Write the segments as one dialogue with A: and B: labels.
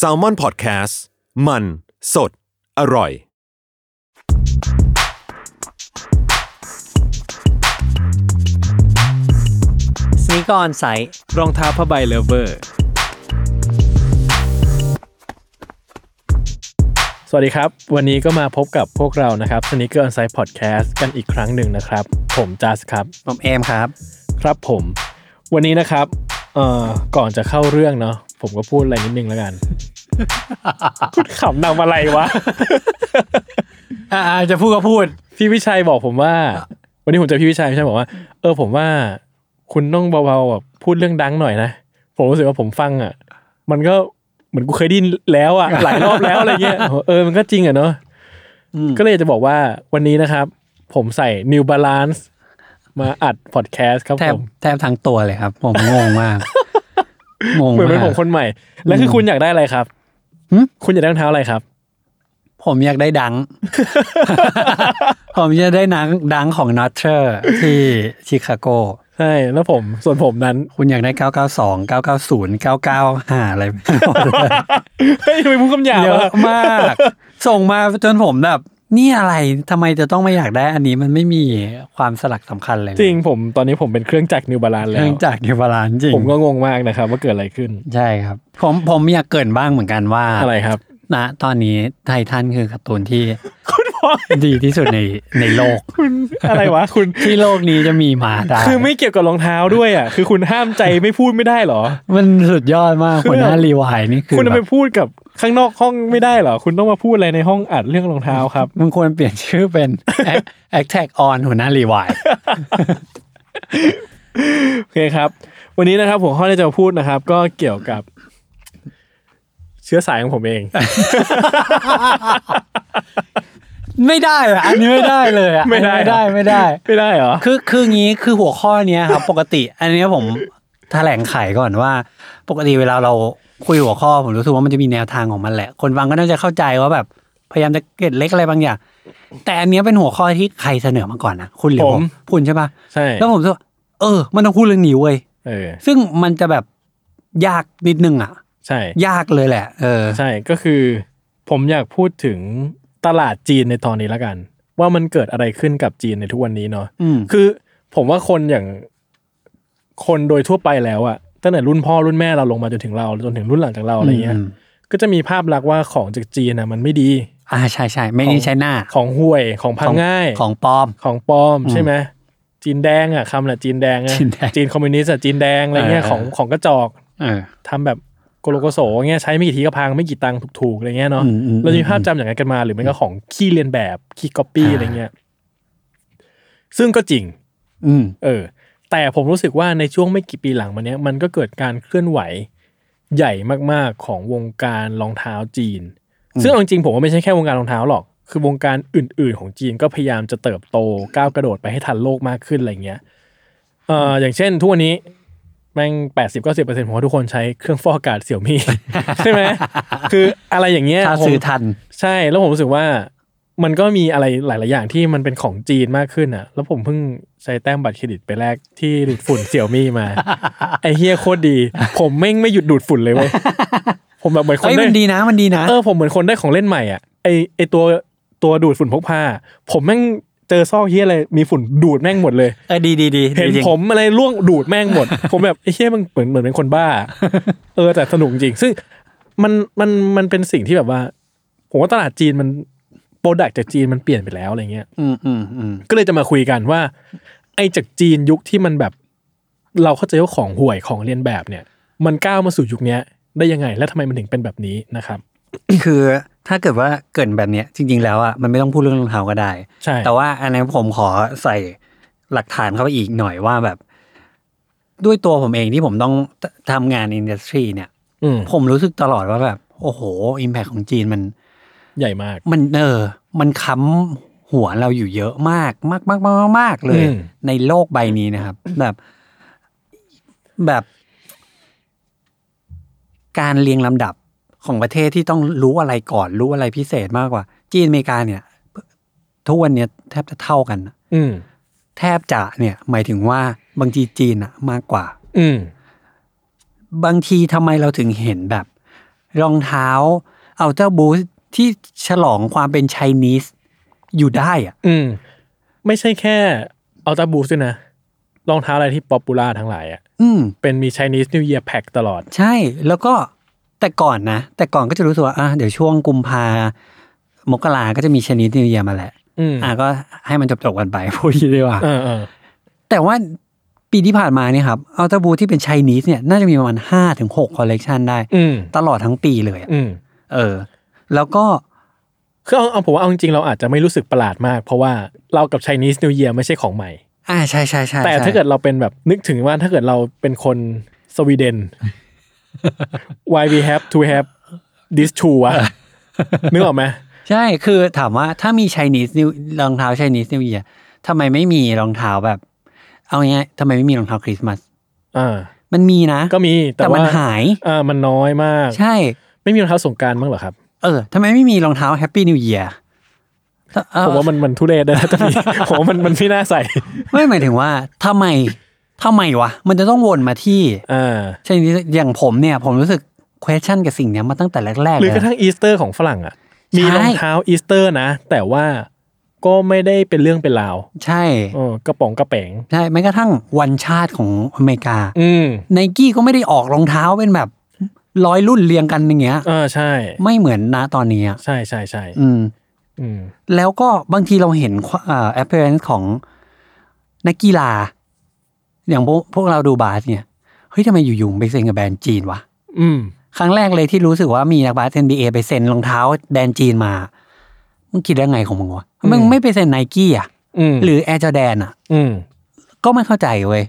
A: s a l m o n PODCAST มัน สด อร่อย
B: สนิกออนไซต์
C: รองเท้าผ้าใบเลเวอร์ สวัสดีครับ วันนี้ก็มาพบกับพวกเรานะครับ Sneaker On Site Podcast กันอีกครั้งหนึ่งนะครับ ผมจัสครับ
B: ผมเอมครับ
C: ครับผม วันนี้นะครับ เอ่อ ก่อนจะเข้าเรื่องเนาะ ผมก็พูดอะไรนิดนึงแล้วกัน คุณ ขำนำอะไรวะ
B: อ่าจะพูดก็พูด
C: พี่วิชัยบอกผมว่า วันนี้ผมเจอพี่วิชัยพี่วิชัยบอกว่า เออผมว่า คุณต้องเบาๆแบบพูดเรื่องดังหน่อยนะ ผมรู้สึกว่าผมฟังอ่ะ มันก็เหมือนกูเคยไดยินแล้ว อ่ะ หลายรอบแล้วอะไรเงี้ยเออมันก็จริงอ่ะเนาะก็เลยอยากจะบอกว่าวันนี้นะครับ ผมใส่ New Balance มาอัดพอดแคสต์ครับ
B: แท
C: ผ
B: บ
C: ม
B: แทบทั้งตัวเลยครับ ผมงง มาก งง
C: เหมือนเป็
B: มาน ก
C: ผมคนใหม่ แล้วคือคุณอยากได้อะไรครับ
B: หึ
C: คุณอยากได้รองเท้าอะไรครับ
B: ผมอยากได้ดัง ผมจะได้นังดังของนอตเทอร์ที่ชิคาโก
C: ใช่แล้วผมส่วนผมนั้น
B: คุณอยากได้ 992 990 995 อะไรไม่รู้เลย
C: เฮ้ยทำไมพูดคำหยาบ
B: เยอะ
C: อะ
B: มาก ส่งมาจนผมแบบ นี่อะไรทำไมจะต้องไม่อยากได้อันนี้มันไม่มีความสลักสำคัญเลยนะ
C: จริงผมตอนนี้ผมเป็นเครื่องจักร New Balance แล้ว
B: เนื่องจากเดวาลานจริง
C: ผมก็งงมากนะครับ ว่าเกิดอะไรขึ้น
B: ใช่ครับ ผมผมอยากเกรินบ้างเหมือนกันว่า
C: อะไรครับ
B: ณตอนนี้ไททันคือการ์ตูนที่
C: คุณพลอย
B: ดีที่สุดในในโลก
C: คุณอะไรวะ คุณ
B: ที่โลกนี้จะมีมาได้
C: คือไม่เกี่ยวกับรองเท้าด้วยอ่ะ คือคุณห้ามใจไม่พูดไม่ได้เหรอ
B: มันสุดยอดมาก
C: คือ
B: หัวหน้ารีวายนี่คือ
C: คุณจะ
B: แบ
C: ไป
B: บ
C: พูดกับข้างนอกห้องไม่ได้เหรอ คุณต้องมาพูดอะไรในห้องอัดเรื่องรองเท้าครับ
B: มันควรเปลี่ยนชื่อเป็น Attack on หัวหน้ารี วาย
C: โอเคครับ วันนี้นะครับหัวข้อที่จะมาพูดนะครับ ก็เกี่ยวกับ เชื้อสายของผมเอง
B: ไม่ได้อะอันนี้ไม่ได้เลยอะ
C: ไม่ได้
B: อันนี้ไม่ได้ไม่ได้
C: ไม่ได้เหรอ
B: คือคืองี้คือหัวข้อเนี้ยครับ ปกติ อันเนี้ยผมแถลงไขก่อนว่า ปกติเวลาเราคุยหัวข้อผมรู้สึกว่ามันจะมีแนวทางของมันแหละ คนฟังก็น่าจะเข้าใจว่าแบบพยายามจะเก็ดเล็กอะไรบางอย่าง แต่อันเนี้ยเป็นหัวข้อที่ใครเสนอมาก่อนนะคุณหรือ
C: ผม
B: ผมคุณใช่ปะ
C: ใช่
B: แล้วผมรู้สึกว่าเออ มันต้องพูดเรื่องนี้เว้ย
C: เออ
B: ซึ่งมันจะแบบยากนิดนึงอ่ะ
C: ใช่
B: ยากเลยแหละ เออ
C: ใช่ก็คือ ผมอยากพูดถึงตลาดจีนในตอนนี้ละกัน ว่ามันเกิดอะไรขึ้นกับจีนในทุกวันนี้เนาะ
B: อืม
C: คือผมว่าคนอย่างคนโดยทั่วไปแล้วอะตั้งแต่รุ่นพ่อรุ่นแม่เราลงมาจนถึงเราจนถึงรุ่นหลังจากเราอะไรเงี้ย
B: ม
C: ก็จะมีภาพลักษณ์ว่าของจากจีนอะมันไม่ดี
B: อ่าใช่ใช่ไม่ได้ใช้หน้า
C: ของห่วยของพังง่าย
B: ของปลอม
C: ของปลอมใช่ไหมจีนแดงอะคำน่ะจีนแดงอะ
B: จีนแดง
C: จีนคอมมิวนิสต์อะจีนแดงอะไรเงี้ย
B: เออ
C: ของของกระจอก
B: เออ
C: ทำแบบโกโลโกโสเงี้ยใช้ไม่กี่ทีก็พัง ไม่กี่ตังค์ถูกๆอะไรเงี้ยเนาะ
B: อืมอืม
C: เราจะมีภาพจำอย่างนั้นกันมาหรือไม่ก็ของขี้เลียนแบบขี้ก๊อปปี้
B: อ่า
C: อะไรเงี้ยซึ่งก็จริง
B: อืม
C: เออแต่ผมรู้สึกว่าในช่วงไม่กี่ปีหลังมาเนี้ยมันก็เกิดการเคลื่อนไหวใหญ่มากๆของวงการรองเท้าจีน ซึ่งเอาจริงๆผมว่าไม่ใช่แค่วงการรองเท้าหรอก คือวงการอื่นๆ ของจีนก็พยายามจะเติบโตก้าวกระโดดไปให้ทันโลกมากขึ้นอะไรเงี้ยเอ่ออย่างเช่นทุกวันนี้แม่งแปดสิบเก้าสิบเปอร์เซ็นต์ผมว่าทุกคนใช้เครื่องฟอกอากาศเสี่ยวมี่ ใช่ไหมคืออะไรอย่างเงี้ย
B: ถ้า
C: ผม
B: ซื้อทัน
C: ใช่แล้วผมรู้สึกว่ามันก็มีอะไรหลาย ๆ อย่างที่มันเป็นของจีนมากขึ้นอ่ะ แล้วผมเพิ่งใช้แต้มบัตรเครดิตไปแลกที่ดูดฝุ่น เสี่ยวมี่มา ไอเฮียโคตรดี ผมแม่งไม่หยุดดูดฝุ่นเลยเว้ย ผมแบบเหมือนคน
B: เอ้ย
C: ได้
B: มันดีนะมันดีนะ
C: เออผมเหมือนคนได้ของเล่นใหม่อ่ะไอไอตัวตัวดูดฝุ่นพกพาผมแม่งเจอซอกเฮียอะไรมีฝุ่นดูดแม่งหมดเลย
B: เออดีดีดี
C: เห็น
B: ดีจริง
C: ผมอะไรล่วงดูดแม่งหม ด ผมแบบไอ้เหี้ยมันเหมือนเหมือนเป็นคนบ้า เออแต่สนุกจริง ซึ่งมันมันมันเป็นสิ่งที่แบบว่า ผมว่าตลาดจีนมันโปรดักจากจีนมันเปลี่ยนไปแล้วอะไรเงี้ย
B: อืมอืมอืม
C: ก็เลยจะมาคุยกันว่า ไอ้จากจีนยุคที่มันแบบ เราเข้าใจว่าของห่วยของเรียนแบบเนี่ย มันก้าวมาสู่ยุคเนี้ยได้ยังไง และทำไมมันถึงเป็นแบบนี้นะครับ
B: คือถ้าเกิดว่าเกรินแบบเนี้ยจริง ๆ แล้วอ่ะมันไม่ต้องพูดเรื่องรองเท้าก็ได้
C: ใช่
B: แต่ว่าอันนี้นผมขอใส่หลักฐานเข้าไปอีกหน่อยว่าแบบ ด้วยตัวผมเองที่ผมต้องทำงานอินดัสทรีเนี่ย
C: อืม
B: ผมรู้สึกตลอดว่าแบบ โอ้โหอิมแพคของจีนมัน
C: ใหญ่มาก
B: มันเออ มันค้ำหัวเราอยู่เยอะมาก มากมากมากมากเลย
C: อืม
B: ในโลกใบนี้นะครับ แบบ แบบ การเรียงลำดับของประเทศที่ต้องรู้อะไรก่อน รู้อะไรพิเศษมากกว่า จีนอเมริกาเนี่ย ทุกวันเนี่ยแทบจะเท่ากันนะ
C: อืม
B: แทบจะเนี่ย หมายถึงว่าบางทีจีนอะมากกว่า
C: อืม
B: บางทีทำไมเราถึงเห็นแบบ รองเท้าเอาเจ้าบูทที่ฉลองความเป็นไชนีสอยู่ได้อะ
C: อืม ไม่ใช่แค่เอาตาบูสด้วยนะรองเท้าอะไรที่ป๊อปปูล่าทั้งหลายอ่ะ
B: อืม
C: เป็นมี Chinese New Year Pack ตลอด
B: ใช่แล้วก็แต่ก่อนนะ แต่ก่อนก็จะรู้สึกว่าอ่ะเดี๋ยวช่วงกุมภามกราก็จะมีชนิดนิวเยียมาแหละ
C: อืม
B: อ่ะก็ให้มันจบจบๆกันไป พูดอย่างนี้ดีกว่า
C: เออเออ
B: แต่ว่าปีที่ผ่านมาเนี่ยครับเอาตาบูที่เป็นไชนีสเนี่ยน่าจะมีประมาณห้าถึงหกคอลเลกชันได้
C: อืม
B: ตลอดทั้งปีเลยอะ
C: อืม
B: เออ แล้วก็
C: คือเอาเอาผมว่าเอาจริงๆเราอาจจะไม่รู้สึกประหลาดมาก เพราะว่าเรากับ Chinese New Year ไม่ใช่ของใหม่
B: อ่าใช่ใช่ใช่
C: แต่
B: ใช่
C: ถ้าเกิดเราเป็นแบบนึกถึงว่าถ้าเกิดเราเป็นคนสวีเดน why we have to have this shoe วะนึกออกไหม
B: ใช่คือถามว่าถ้ามีไชนีสนิวรองเท้าไชนีสนิวเยียทำไมไม่มีรองเท้าแบบ เอาง่ายๆทำไมไม่มีรองเท้าคริสต์มาส
C: อ่า
B: มันมีนะ
C: ก็มีแต่
B: แต่
C: ว่า
B: มันหาย
C: อ่ามันน้อยมาก
B: ใช่
C: ไม่มีรองเท้าสงกรารบ้างเหรอครับ
B: เออ ทำไมไม่มีรองเท้าแฮปปี้นิวเยีย
C: ผมว่ามันมันทุเรศด้วยนะตอน นี้ ผมว่ามันมันไม่น่าใส่
B: ไม่หมายถึงว่าทำไมทำไมวะ มันจะต้องวนมาที่
C: อ่า
B: ใช่นี้อย่างผมเนี่ย ผมรู้สึก question กับสิ่งเนี้ยมาตั้งแต่แรกๆ
C: หรื
B: เล
C: อย กระทั่งอีสเตอร์ของฝรั่งอ่ะ มี
B: ใช่
C: รองเท้าอีสเตอร์นะ แต่ว่าก็ไม่ได้เป็นเรื่องเป็นราว
B: ใช่
C: เออกระป๋องกระแป๋ง
B: ใช่แม้กระทั่งวันชาติของอเมริกา
C: อืม
B: ไนกี้ก็ไม่ได้ออกรองเท้าเป็นแบบร้อยรุ่นเรียงกันอย่างเงี้ย
C: เอ่าใช่
B: ไม่เหมือนนะตอนนี้อะ
C: ใช่ใช่ใช่
B: อืม
C: อืม
B: แล้วก็บางทีเราเห็นเอ่อ appearance ของนักกีฬา อย่างพวกพวกเราดูบาสเนี่ย เฮ้ยทำไมอยู่ๆไปเซ็นกับแบรนด์จีนวะ
C: อืม
B: ครั้งแรกเลยที่รู้สึกว่ามีนักบาส NBA ไปเซ็นรองเท้าแบรนด์จีนมา มึงคิดได้ไงของมึงวะ มึง
C: อืม
B: ไม่ไปเซ็นไนกี้อ่ะ
C: อืม
B: หรือแอร์จอแดนอ่ะ
C: อืม
B: ก็ไม่เข้าใจเว้ย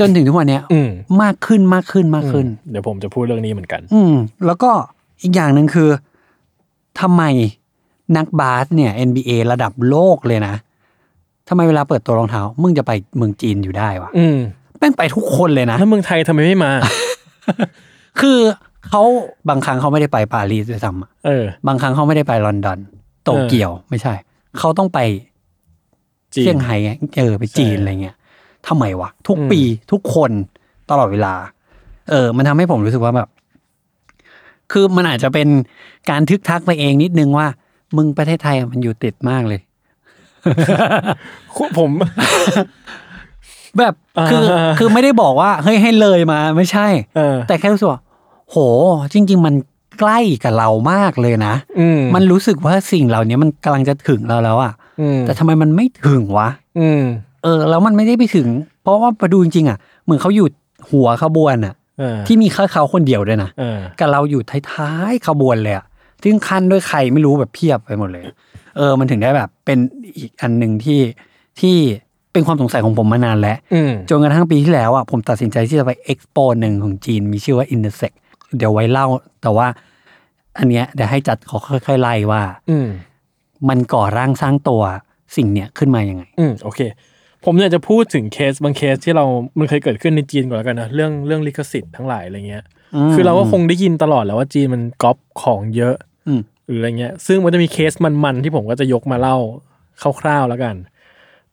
B: จนถึงทุกวันเนี้ย
C: อืม
B: มากขึ้นมากขึ้นมากขึ้น
C: เดี๋ยวผมจะพูดเรื่องนี้เหมือนกัน
B: อืม แล้วก็อีกอย่างหนึ่งคือทำไมนักบาสเนี่ย NBA ระดับโลกเลยนะทำไมเวลาเปิดตัวรองเท้า มึงจะไปเมืองจีนอยู่ได้วะ
C: อืม
B: แม่งไปทุกคนเลยนะ
C: แล้วเมืองไทยทำไมไม่มา
B: คือเขาบางครั้งเขาไม่ได้ไปปารีสด้วยซ้ำอะ
C: เออ
B: บางครั้งเขาไม่ได้ไปลอนดอน โตเกียวไม่ใช่ เขาต้องไป
C: จีน
B: เซี่ยงไฮ้ไงเออไปจีน
C: ใช่
B: อะไรเงี้ยทำไมวะทุก
C: อืม
B: ปีทุกคนตลอดเวลา เออ มันทำให้ผมรู้สึกว่าแบบ คือมันอาจจะเป็นการทึกทักไปเองนิดนึงว่า มึงประเทศไทยอะมันอยู่ติดมากเลย
C: ผม
B: แบบคือ
C: อ่า
B: คือไม่ได้บอกว่าเฮ้ยให้เลยมา ไม่ใช่
C: เออ
B: แต่แค่รู้สึกว่าโห จริง ๆ มันใกล้กับเรามากเลยนะ
C: อืม
B: มันรู้สึกว่าสิ่งเหล่านี้มันกำลังจะถึงเราแล้วอะ
C: อืม
B: แต่ทำไมมันไม่ถึงวะ
C: อืม
B: เออ แล้วมันไม่ได้ไปถึง เพราะว่าไปดูจริงๆอะเหมือนเขาอยู่หัวขบวนอะ
C: เออ
B: ที่มีแค่เขาคนเดียวด้วยนะ
C: เออ
B: กับเราอยู่ท้ายๆขบวนเลยอะซึ่งคันด้วยใครไม่รู้แบบเพียบไปหมดเลย เออ มันถึงได้แบบเป็นอีกอันหนึ่งที่ที่เป็นความสงสัยของผมมานานแล้ว
C: อืม
B: จนกระทั่งปีที่แล้วอ่ะผมตัดสินใจที่จะไปเอ็กซ์โปหนึ่งของจีนมีชื่อว่า Intersect เดี๋ยวไว้เล่า แต่ว่า อันเนี้ยเดี๋ยวให้จัดขอค่อยๆไล่ว่า
C: อืม
B: มันก่อร่างสร้างตัวสิ่งเนี้ยขึ้นมายังไง
C: อืมโอเค ผมอยากจะพูดถึงเคสบางเคสที่เรา มันเคยเกิดขึ้นในจีนก่อนแล้วกันนะเรื่องเรื่องลิขสิทธิ์ทั้งหลายอะไรเงี้ย
B: ม
C: คือเราก็คงได้ยินตลอดแหล้วว่าจีนมันก๊อปของเยอะ
B: อืม
C: หรืออะไรเงี้ย ซึ่งมันจะมีเคสมันๆที่ผมก็จะยกมาเล่าคร่าวๆแล้วกัน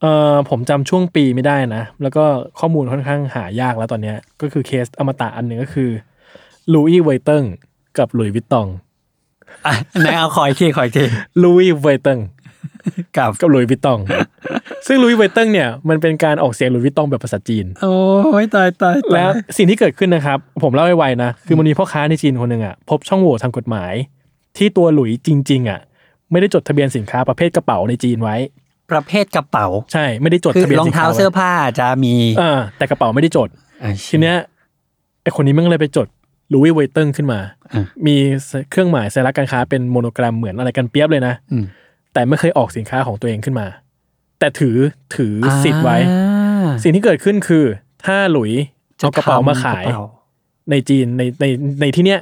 C: เอ่อผมจำช่วงปีไม่ได้นะ แล้วก็ข้อมูลค่อนข้างหายากแล้วตอนเนี้ย ก็คือเคสอมตะอันหนึ่งก็คือลุยเวเติงกับหลุยวิตตอง
B: อ่ะไหนเอาคอยทีคอยที
C: ลุยเวเติง
B: กับ
C: กับหลุยวิตตอง ซึ่งลุยเวเติงเนี่ยมันเป็นการออกเสียงหลุยวิตตองแบบภาษาจีน
B: โอ้ยตายตายตาย
C: แล้วสิ่งที่เกิดขึ้นนะครับ ผมเล่าให้ไวนะ คือมันมีพ่อค้าในจีนคนหนึ่งอ่ะพบช่องโหว่ทางกฎหมาย ที่ตัวหลุยจริง ๆ อ่ะ ไม่ได้จดทะเบียนสินค้าประเภทกระเป๋าในจีนไว้
B: ประเภทกระเป๋า
C: ใช่ไม่ได้จด
B: คือ
C: ทะเบียน
B: รอง
C: สิน
B: เท้า
C: ค้า
B: เสื้อ
C: ไว้
B: ผ้าจะมี
C: เออแต่กระเป๋าไม่ได้จด
B: อ่ะ
C: ทีเนี้ยไอคนนี้มันเลยไปจดลุยเวเติงขึ้นมา
B: อ่ะ
C: มีเครื่องหมายสัญลักษณ์การค้าเป็นโมโนกรัมเหมือนอะไรกันเปียบเลยนะ
B: อืม
C: แต่ไม่เคยออกสินค้าของตัวเองขึ้นมา แต่ถือถืออสิทธิ์ไว้
B: อ่า
C: สิ่งที่เกิดขึ้นคือ ถ้าหลุยเอากระเป๋ามาขาย
B: จะทำกระเป๋
C: ในจีนในในในที่เนี้ย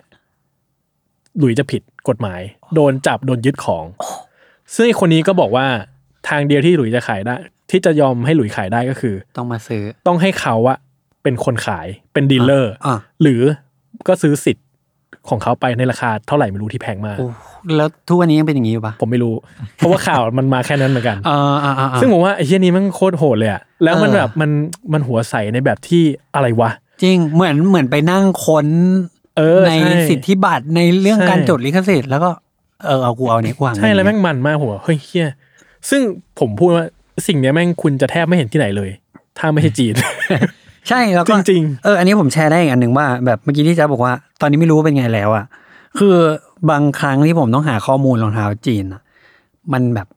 C: หลุยจะผิดกฎหมาย โดนจับโดนยึดของ ซึ่งไอ้คนนี้ก็บอกว่าทางเดียวที่หลุยจะขายได้ ที่จะยอมให้หลุยขายได้ก็คือ
B: ต้องมาซื้อ
C: ต้องให้เขาอะเป็นคนขายเป็นดีลเลอร์
B: อ่ะ
C: หรือก็ซื้อสิทธิ์ของเขาไปในราคาเท่าไหร่ไม่รู้ที่แพงมาก
B: โอ้แล้วทุกวันนี้ยังเป็นอย่างนี้อยู่ปะ
C: ผมไม่รู้ เพราะว่าข่าวมันมาแค่นั้นเหมือนกัน
B: เอออ่าอ่าอ่า
C: ซึ่งผมว่าไอ้เชี่ยนี้มันโคตรโหดเลยอะแล้วมัน
B: เออ
C: แบบมันมันหัวใสในแบบที่อะไรวะ
B: จริงเหมือนเหมือนไปนั่งค้น
C: เออ
B: ใน
C: ช่
B: สิทธิบัตรในเรื่อง
C: ใช่
B: การจดลิขสิทธิ์แล้วก็เออเอากูเอาเนี้ยกูหาง
C: ใช่แล้วแม่งมันมากหัวเฮ้ยเฮียซึ่งผมพูดว่าสิ่งเนี้ยแม่งคุณจะแทบไม่เห็นที่ไหนเลย ถ้าไม่ใช่จีน
B: ใช่แล้ว
C: จ
B: ก็
C: ริง
B: เออ อันนี้ผมแชร์ได้อีกอันหนึ่งว่าแบบเมื่อกี้ที่จะบอกว่า ตอนนี้ไม่รู้ว่าเป็นไงแล้วอะคือบางครั้งที่ผมต้องหาข้อมูลรองเท้าจีนอะมันแบบ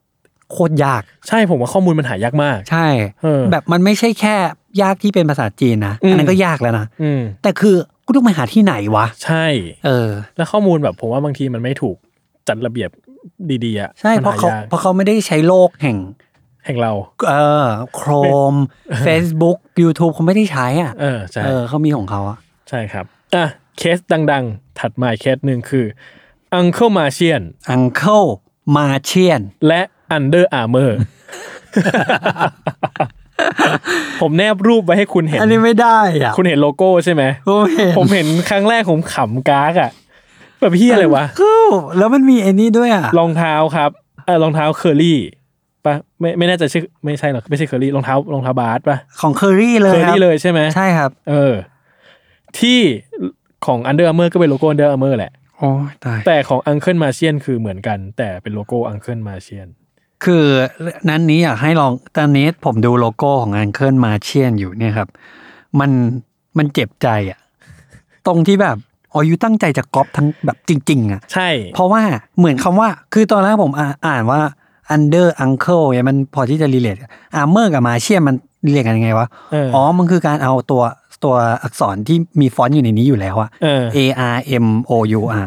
B: โคตรยาก
C: ๆ ใช่ผมว่าข้อมูลมันหายากมาก
B: ใช่
C: เออ
B: แบบมันไม่ใช่แค่ยากที่เป็นภาษาจีนนะ
C: อืม
B: อันนั้นก็ยากแล้วนะ
C: อืม
B: แต่คือกูต้องไปหาที่ไหนวะ
C: ใช่
B: เออ
C: แล้วข้อมูลแบบผมว่าบางทีมันไม่ถูกจัดระเบียบดีๆอ่ะ
B: ใช่
C: มัน
B: เพราะเขา
C: หยก
B: เพราะเขาไม่ได้ใช้โลกแห่ง
C: แห่งเรา
B: เออโครม Facebook YouTube เขาไม่ได้ใช้อ่ะ
C: เออใช่
B: เออเขามีของเขาอะ
C: ใช่ครับอ่ะเคสดังๆ ถัดมาอีกเคสหนึ่งคือ Uncle m a r t i a n
B: อังเคิลมาเชียน
C: และ Under Armour ผมแนบรูปไว้ให้คุณเห็น
B: อันนี้ไม่ได้อ่ะ
C: คุณเห็นโลโก้ใช่ไหม
B: ผมเห็น
C: ผมเห็นครั้งแรกผมขำกากอะแบบพี่อะไรวะ
B: คือแล้วมันมีไอ้นี่ด้วยอ่ะ
C: รองเท้าครับเออรองเท้าเคอรี่ปะไม่ไม่น่าจะชื่อไม่ใช่หรอกไม่ใช่เคอรี่รองเท้ารองเท้าบาสปะ
B: ของเคอรี่เลย
C: เคอ
B: ครับ
C: รี่เลยใช่ไหม
B: ใช่ครับ
C: เออ ที่ของอันเดอร์ m เมอร์ก็เป็นโลโก้ u ันเดอร์ m เมอร์แหละ
B: โอ้ยตาย
C: แต่ของอังเคิลมาเชียนคือเหมือนกัน แต่เป็นโลโก้อังเคิลมาเชียน
B: คือนั้นนี้อยากให้ลองตอนนี้ผมดูโลโก้ของอันเคิลมาเชียนอยู่เนี่ยครับ มันมันเจ็บใจอ่ะ ตรงที่แบบอ๋ออยู่ตั้งใจจะก๊อปทั้งแบบจริง ๆ อ่ะ
C: ใช่
B: เพราะว่าเหมือนคำว่า คือตอนแรกผมอ่าอ่านว่า under uncle เนี่ยมันพอที่จะรีเลทอาร์เมอร์กับมาเชียนมันเรียกกันยังไงวะ
C: เอออ๋
B: อ๋อมันคือการเอาตัวตัวอักษรที่มีฟอนต์อยู่ในนี้อยู่แล้วอะ
C: เออ
B: A R M O U R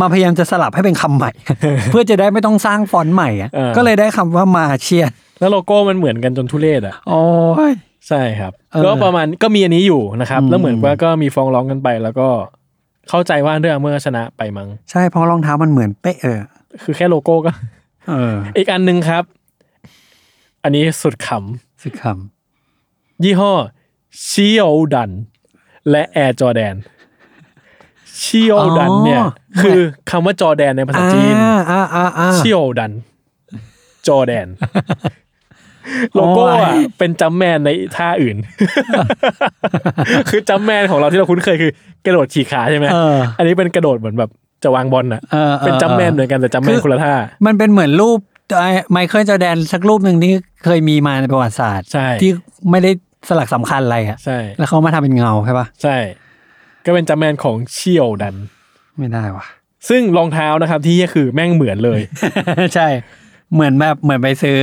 B: มาพยายามจะสลับให้เป็นคำใหม่ เพื่อจะได้ไม่ต้องสร้างฟอนต์ใหม่อะ
C: เออ
B: ก็เลยได้คำว่ามาเชียน
C: แล้วโลโก้มันเหมือนกันจนทุเรศอ่ะ
B: โอ้ย
C: ใช่ครับ
B: เออ
C: ก็ประมาณก็มีอันนี้อยู่นะครับ
B: อืม
C: แล้วเหมือนว่าก็มีฟ้องร้องกันไป แล้วก็เข้าใจว่าอันเดอร์ m เมอร์ชนะไปมั้ง
B: ใช่เพราะรองเท้ามันเหมือนเป๊ะเออ
C: คือแค่โลโก้ก็
B: เออ
C: อีกอันหนึ่งครับ อันนี้สุดข
B: สุดค
C: ำยี่ห้อชิโอดันและแอร์จอแดนชิโอดันเนี่ย คือคำว่าจอแดนในภา
B: ำ
C: ษาจีน
B: อ่าอ่าอ่า
C: ชิโอดัน จอแด น โลโก้อะ
B: โอ้ย
C: เป็นจัมแมนในท่าอื่น คือจัมแมนของเราที่เราคุ้นเคยคือ กระโดดฉีกขาใช่ไหม
B: เออ
C: อันนี้เป็นกระโดดเหมือนแบบจะวางบอลน่ะ
B: เออออ
C: เป็นจัมแมนเหมือนกันแต่จัมแมนคนละท่า
B: มันเป็นเหมือนรูปไมเคิลจอแดนสักรูปหนึ่งที่เคยมีมาในประวัติศาสตร์
C: ใช่
B: ที่ไม่ได้สลักสำคัญอะไรอะ
C: ใช่
B: แล้วเขามาทำเป็นเงาใช่ปะ
C: ใช่ ก็เป็นจัมแมนของเชียวดัน
B: ไม่ได้ว่ะ
C: ซึ่งรองเท้านะครับที่นี่คือแม่งเหมือน เลย
B: ใช่ เหมือนแบบเหมือนไปซื้อ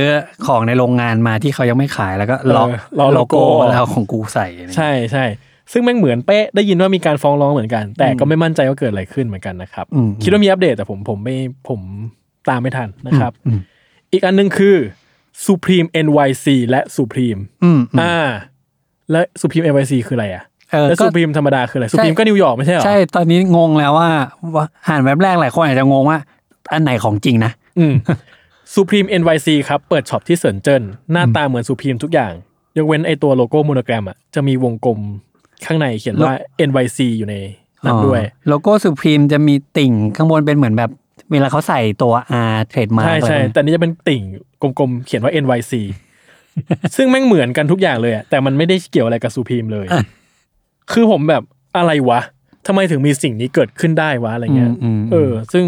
B: ของในโรงงานมาที่เขายังไม่ขายแล้วก็ล็อก
C: เออล็อ
B: โล
C: กโลโก้
B: โก้แล้วเอาของกูใส่อะไรเงี้ย
C: ใช่ใช่ซึ่งแม่งเหมือนเป๊ะได้ยินว่ามีการฟ้องร้องเหมือนกัน แต่ก็ไม่มั่นใจว่าเกิดอะไรขึ้นเหมือนกันนะครับ
B: อืม
C: คิดว่ามีอัปเดตแต่ผมผมไม่ผมตามไม่ทันนะครับ
B: อืม
C: อีกอันหนึงคือ Supreme NYC และ Supreme
B: อืมอืม
C: อ่า และ Supreme NYC คืออะไรอ่ะ
B: เออ
C: และ
B: ก็
C: Supreme ธรรมดาคืออะไร Supreme ก็นิวยอร์กไม่ใช่เหรอ
B: ใช่ตอนนี้งงแล้วว่าว่าอ่านแว็บแรกหลายคนอาจจะงงว่า อันไหนของจริงนะ
C: อืม Supreme NYC ครับ เปิดช็อปที่เซินเจิ้นหน้าตาเหมือน Supreme ทุกอย่าง ยกเว้นไอตัวโลโก้โมโนแกรมอ่ะจะมีวงกลมข้างในเขียนว่า NYC อยู่ในนั้นด้วย
B: อ๋อโลโก้สุพรีมจะมีติ่งข้างบนเป็นเหมือนแบบ เวลาเขาใส่ตัว R เทรดมา
C: ใช่ใช่แต่นี่จะเป็นติ่งกลมๆ เขียนว่า NYC ซึ่งแม่งเหมือนกันทุกอย่างเลยอะแต่มันไม่ได้เกี่ยวอะไรกับซูพีมเลย คือผมแบบอะไรวะทำไมถึงมีสิ่งนี้เกิดขึ้นได้วะอะไร
B: เงี้
C: เงี้
B: ย
C: ยเออ ซึ่ง